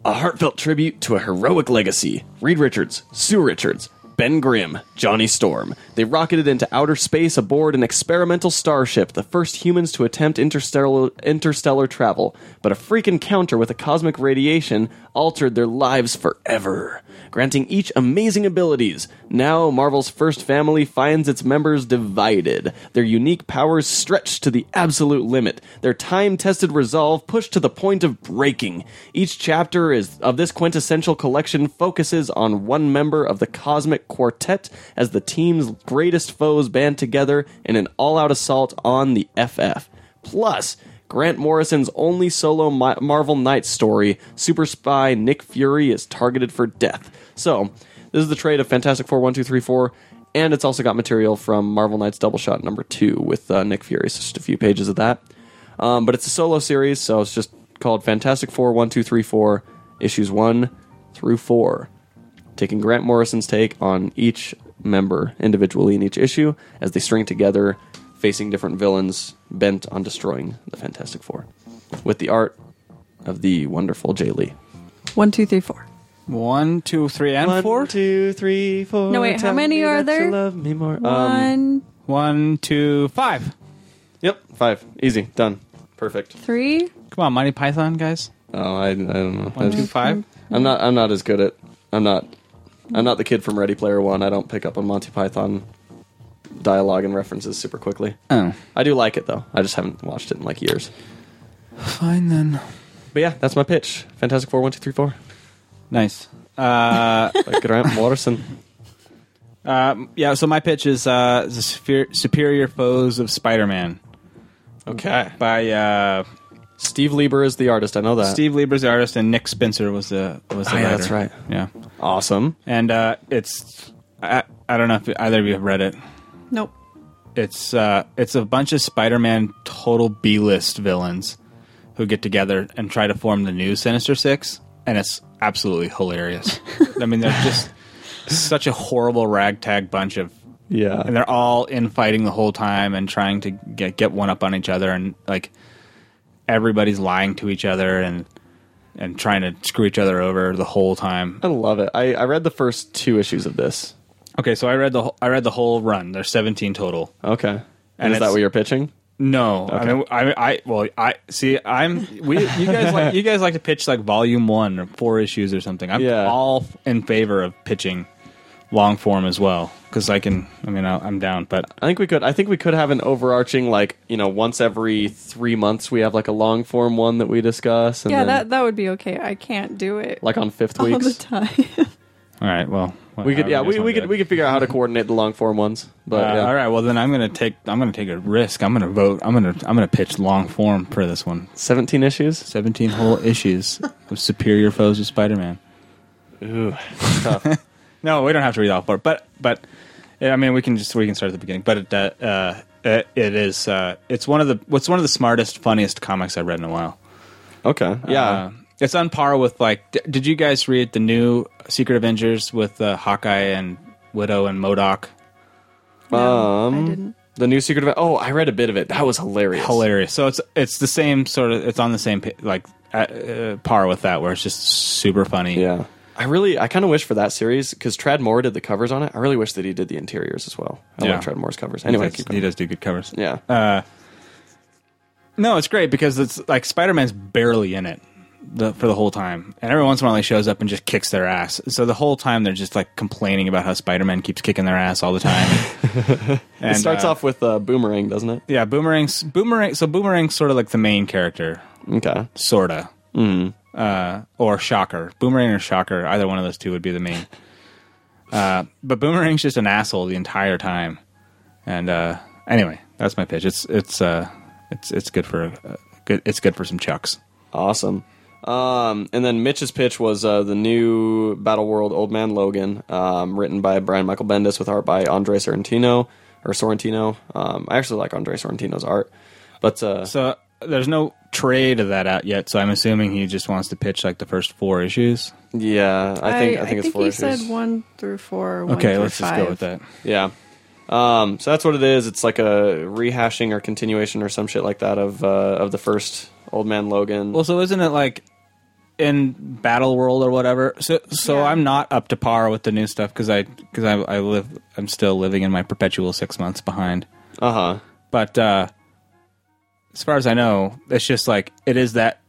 [SPEAKER 2] A heartfelt tribute to a heroic legacy. Reed Richards, Sue Richards, Ben Grimm, Johnny Storm. They rocketed into outer space aboard an experimental starship, the first humans to attempt interstellar, interstellar travel. But a freak encounter with a cosmic radiation altered their lives forever, granting each amazing abilities. Now, Marvel's first family finds its members divided, their unique powers stretched to the absolute limit, their time tested resolve pushed to the point of breaking. Each chapter is of this quintessential collection focuses on one member of the cosmic quartet as the team's greatest foes band together in an all-out assault on the FF. Plus, Grant Morrison's only solo Mi- Marvel Knight story, Super Spy Nick Fury is targeted for death. So, this is the trade of Fantastic Four 12344 and it's also got material from Marvel Knights Double Shot number 2 with uh, Nick Fury, so just a few pages of that. Um, but it's a solo series, so it's just called Fantastic Four 1234, issues 1 through 4. Taking Grant Morrison's take on each member individually in each issue as they string together, facing different villains bent on destroying the Fantastic Four. With the art of the wonderful Jay Lee.
[SPEAKER 3] One, two, three, four.
[SPEAKER 1] One, two, three, and four.
[SPEAKER 2] One, two, three, four.
[SPEAKER 3] No, wait, how
[SPEAKER 2] tell
[SPEAKER 3] many
[SPEAKER 2] me
[SPEAKER 3] are
[SPEAKER 2] that you
[SPEAKER 3] there?
[SPEAKER 2] love me more. Um,
[SPEAKER 3] One,
[SPEAKER 1] One, two, five.
[SPEAKER 2] yep, five. Easy. Done. Perfect.
[SPEAKER 3] three.
[SPEAKER 1] Come on, Monty Python, guys.
[SPEAKER 2] Oh, I, I don't know.
[SPEAKER 1] One, two,
[SPEAKER 2] (laughs)
[SPEAKER 1] five.
[SPEAKER 2] I'm not. I'm not as good at. I'm not. I'm not the kid from Ready Player One. I don't pick up on Monty Python dialogue and references super quickly.
[SPEAKER 1] Oh.
[SPEAKER 2] I do like it though. I just haven't watched it in like years.
[SPEAKER 1] Fine then.
[SPEAKER 2] But yeah, that's my pitch. Fantastic Four, one, two, three, four.
[SPEAKER 1] Nice. Uh, (laughs)
[SPEAKER 2] By Grant Morrison.
[SPEAKER 1] um, yeah, so my pitch is uh, the Superior- Superior Foes of Spider Man
[SPEAKER 2] Okay.
[SPEAKER 1] by uh,
[SPEAKER 2] Steve Lieber is the artist. I know that.
[SPEAKER 1] Steve Lieber's the artist and Nick Spencer was the was the
[SPEAKER 2] Oh, yeah,
[SPEAKER 1] writer.
[SPEAKER 2] that's right.
[SPEAKER 1] Yeah,
[SPEAKER 2] Awesome.
[SPEAKER 1] and uh, it's I, I don't know if either of you have read it.
[SPEAKER 3] Nope.
[SPEAKER 1] It's uh, it's a bunch of Spider-Man total B-list villains who get together and try to form the new Sinister Six, and it's absolutely hilarious. I mean, they're just such a horrible ragtag bunch of
[SPEAKER 2] Yeah.
[SPEAKER 1] and they're all infighting the whole time and trying to get get one up on each other and like everybody's lying to each other and and trying to screw each other over the whole time.
[SPEAKER 2] I love it. I, I read the first two issues of this.
[SPEAKER 1] Okay, so I read the whole- I read the whole run. There's 17 total.
[SPEAKER 2] Okay. And,
[SPEAKER 1] And
[SPEAKER 2] is that
[SPEAKER 1] it's-
[SPEAKER 2] what you're pitching?
[SPEAKER 1] No, I mean I I well I see I'm we you guys like you guys like to pitch like volume 1 or 4 issues or something. I'm
[SPEAKER 2] Yeah.
[SPEAKER 1] all in favor of pitching long form as well cuz I can I mean I, I'm down, but
[SPEAKER 2] I think we could. I think we could have an overarching, like you know, once every three months we have like a long form one that we discuss. And
[SPEAKER 3] Yeah,
[SPEAKER 2] then,
[SPEAKER 3] that that would be okay. I can't do it
[SPEAKER 2] like on fifth
[SPEAKER 3] all the
[SPEAKER 2] weeks.
[SPEAKER 3] time. (laughs)
[SPEAKER 1] all right, well
[SPEAKER 2] We could, yeah, we, we could, we could figure out how to coordinate the long form ones. But
[SPEAKER 1] Uh,
[SPEAKER 2] yeah.
[SPEAKER 1] All right. Well, then I'm gonna take I'm gonna take a risk. I'm gonna vote. I'm gonna I'm gonna pitch long form for this one.
[SPEAKER 2] seventeen issues.
[SPEAKER 1] Seventeen whole issues of superior foes of Spider-Man. (laughs)
[SPEAKER 2] Ooh,
[SPEAKER 1] No, we don't have to read all four, but but yeah, I mean we can just we can start at the beginning. But it, uh, uh, it, it is uh, it's one of the what's one of the smartest, funniest comics I've read in a while.
[SPEAKER 2] okay, yeah.
[SPEAKER 1] Uh, It's on par with like. D- did you guys read the new Secret Avengers with uh, Hawkeye and Widow and Modoc?
[SPEAKER 3] No,
[SPEAKER 2] Um,
[SPEAKER 3] I didn't.
[SPEAKER 2] The new Secret Event. Oh, I read a bit of it. That was hilarious.
[SPEAKER 1] Hilarious. So it's it's the same sort of. It's on the same pa- like uh, uh, par with that, where it's just super funny.
[SPEAKER 2] Yeah. I really, I kind of wish for that series because Trad Moore did the covers on it. I really wish that he did the interiors as well. I
[SPEAKER 1] Yeah.
[SPEAKER 2] like Trad Moore's covers.
[SPEAKER 1] He
[SPEAKER 2] Anyway,
[SPEAKER 1] does-
[SPEAKER 2] keep
[SPEAKER 1] he
[SPEAKER 2] going.
[SPEAKER 1] does do good covers.
[SPEAKER 2] Yeah.
[SPEAKER 1] No, it's great because it's like Spider Man's barely in it the, for the whole time, and every once in a while he shows up and just kicks their ass. So the whole time they're just like complaining about how Spider Man keeps kicking their ass all the time. and,
[SPEAKER 2] (laughs) it starts
[SPEAKER 1] uh,
[SPEAKER 2] off with uh, Boomerang, doesn't it?
[SPEAKER 1] yeah, boomerangs, boomerang. So boomerang's sort of like the main character,
[SPEAKER 2] Okay.
[SPEAKER 1] sorta, mm.
[SPEAKER 3] Mm-hmm.
[SPEAKER 1] uh, or Shocker, boomerang or Shocker. Either one of those two would be the
[SPEAKER 3] (laughs)
[SPEAKER 1] main. Uh, but boomerang's just an asshole the entire time. And uh, anyway, that's my pitch. It's it's uh, it's it's good for uh, good. It's good for some chucks.
[SPEAKER 2] Awesome. Um, and then Mitch's pitch was uh, the new Battle World Old Man Logan, um, written by Brian Michael Bendis with art by Andre Sorrentino or Sorrentino. Um, I actually like Andre Sorrentino's art, but uh,
[SPEAKER 1] So there's no trade of that out yet. So I'm assuming he just wants to pitch like the first four issues.
[SPEAKER 2] yeah, I think I, think it's four
[SPEAKER 3] he
[SPEAKER 2] issues.
[SPEAKER 3] said one through four. one
[SPEAKER 1] Okay,
[SPEAKER 3] through
[SPEAKER 1] let's just
[SPEAKER 3] five.
[SPEAKER 1] go with that.
[SPEAKER 2] Yeah. Um, so that's what it is. It's like a rehashing or continuation or some shit like that of uh, of the first Old Man Logan.
[SPEAKER 1] Well, so isn't it like in Battle World or whatever? So so
[SPEAKER 3] Yeah.
[SPEAKER 1] I'm not up to par with the new stuff because I because I, I live I'm still living in my perpetual six months behind.
[SPEAKER 2] uh huh.
[SPEAKER 1] But uh, as far as I know, it's just like it is that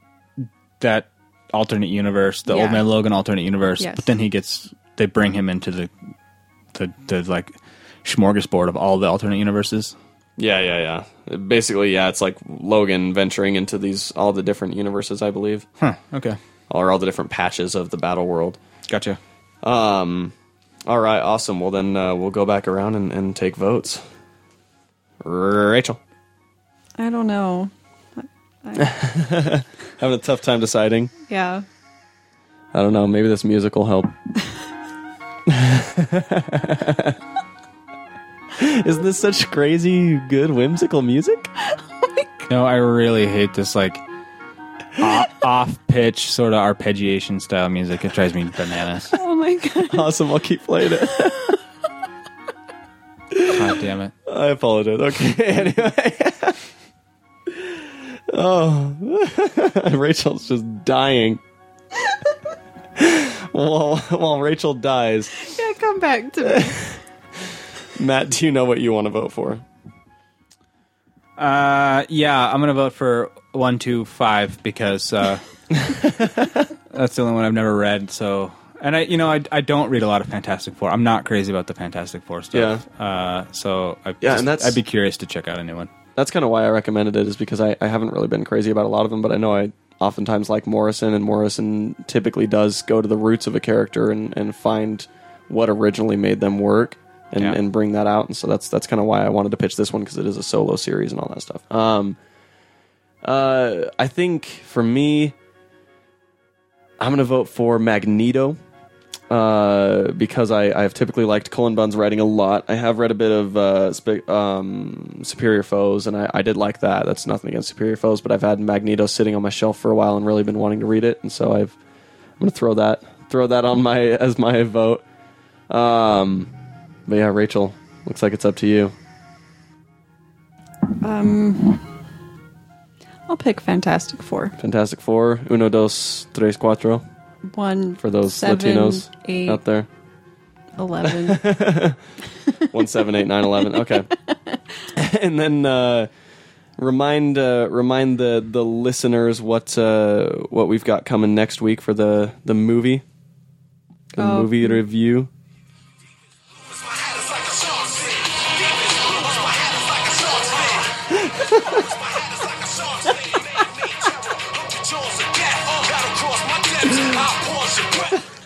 [SPEAKER 1] that alternate universe, the
[SPEAKER 3] Yeah.
[SPEAKER 1] Old Man Logan alternate universe.
[SPEAKER 3] Yes.
[SPEAKER 1] But then he gets they bring him into the the, the like smorgasbord of all the alternate universes.
[SPEAKER 2] Yeah, yeah, yeah. Basically, yeah, it's like Logan venturing into these all the different universes, I believe,
[SPEAKER 1] Huh. Okay.
[SPEAKER 2] or all the different patches of the battle world. Um,
[SPEAKER 1] Gotcha.
[SPEAKER 2] All right, awesome. Well, then uh, we'll go back around and, and take votes. Rachel,
[SPEAKER 3] I don't know.
[SPEAKER 2] having a tough time deciding.
[SPEAKER 3] Yeah.
[SPEAKER 2] I don't know. Maybe this music will help. (laughs) Isn't this such crazy, good, whimsical music?
[SPEAKER 1] No, I really hate this like off pitch sort of arpeggiation style music. It drives me
[SPEAKER 2] (laughs)
[SPEAKER 1] bananas.
[SPEAKER 3] Oh my (laughs) god.
[SPEAKER 2] Awesome. I'll keep playing it.
[SPEAKER 1] God damn it. Uh,
[SPEAKER 2] I apologize. Okay. (laughs) Anyway. oh, (laughs) Rachel's just dying. (laughs) while, while Rachel dies,
[SPEAKER 3] Yeah, come back to me.
[SPEAKER 2] Matt, do you know what you want to vote for?
[SPEAKER 1] Uh, yeah, I'm gonna vote for one, two, five because
[SPEAKER 2] (laughs)
[SPEAKER 1] uh, that's the only one I've never read. So, and I, you know, I, I don't read a lot of Fantastic Four. I'm not crazy about the Fantastic Four stuff. Yeah. Uh, so I
[SPEAKER 2] Yeah,
[SPEAKER 1] just-
[SPEAKER 2] and that's-
[SPEAKER 1] I'd be curious to check out a new one.
[SPEAKER 2] that's kind of why I recommended it is because I, I haven't really been crazy about a lot of them, but I know I oftentimes like Morrison, and Morrison typically does go to the roots of a character and, and find what originally made them work and,
[SPEAKER 1] Yeah.
[SPEAKER 2] and bring that out. And so that's that's kind of why I wanted to pitch this one because it is a solo series and all that stuff. Um, uh, I think for me, I'm going to vote for Magneto uh, because I, I've typically liked Cullen Bunn's writing a lot. I have read a bit of uh, spe- um, Superior Foes, and I, I did like that. That's nothing against Superior Foes, but I've had Magneto sitting on my shelf for a while and really been wanting to read it, and so I've I'm gonna throw that throw that on my (laughs) as my vote. Um, but yeah, Rachel, looks like it's up to you.
[SPEAKER 3] I'll pick Fantastic Four.
[SPEAKER 2] Fantastic Four, Uno, Dos, Tres, Cuatro
[SPEAKER 3] One
[SPEAKER 2] for those
[SPEAKER 3] seven,
[SPEAKER 2] Latinos
[SPEAKER 3] eight,
[SPEAKER 2] out there.
[SPEAKER 3] 11.
[SPEAKER 2] one seven eight nine eleven. Okay, (laughs) and then uh, remind uh, remind the the listeners what uh, what we've got coming next week for the the movie the
[SPEAKER 3] Oh.
[SPEAKER 2] movie review.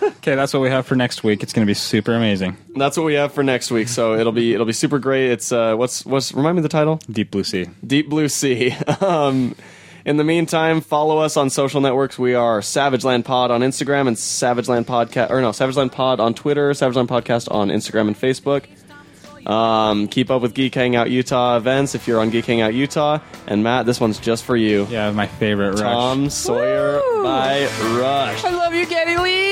[SPEAKER 1] Okay, that's what we have for next week. It's gonna be super amazing.
[SPEAKER 2] That's what we have for next week. So it'll be it'll be super great. It's uh, what's what's remind me of the title.
[SPEAKER 1] Deep Blue Sea.
[SPEAKER 2] Deep Blue Sea. (laughs) um, in the meantime, follow us on social networks. We are Savage Land Pod on Instagram and Savage Land Podcast, or no, Savage Land Pod on Twitter, Savage Land Podcast on Instagram and Facebook. Um, keep up with Geek Hangout Utah events if you're on Geek Hangout Utah. And Matt, this one's just for you.
[SPEAKER 1] Yeah, my favorite. Rush.
[SPEAKER 2] Tom Sawyer by Rush.
[SPEAKER 3] (laughs) I love you, Getty Lee.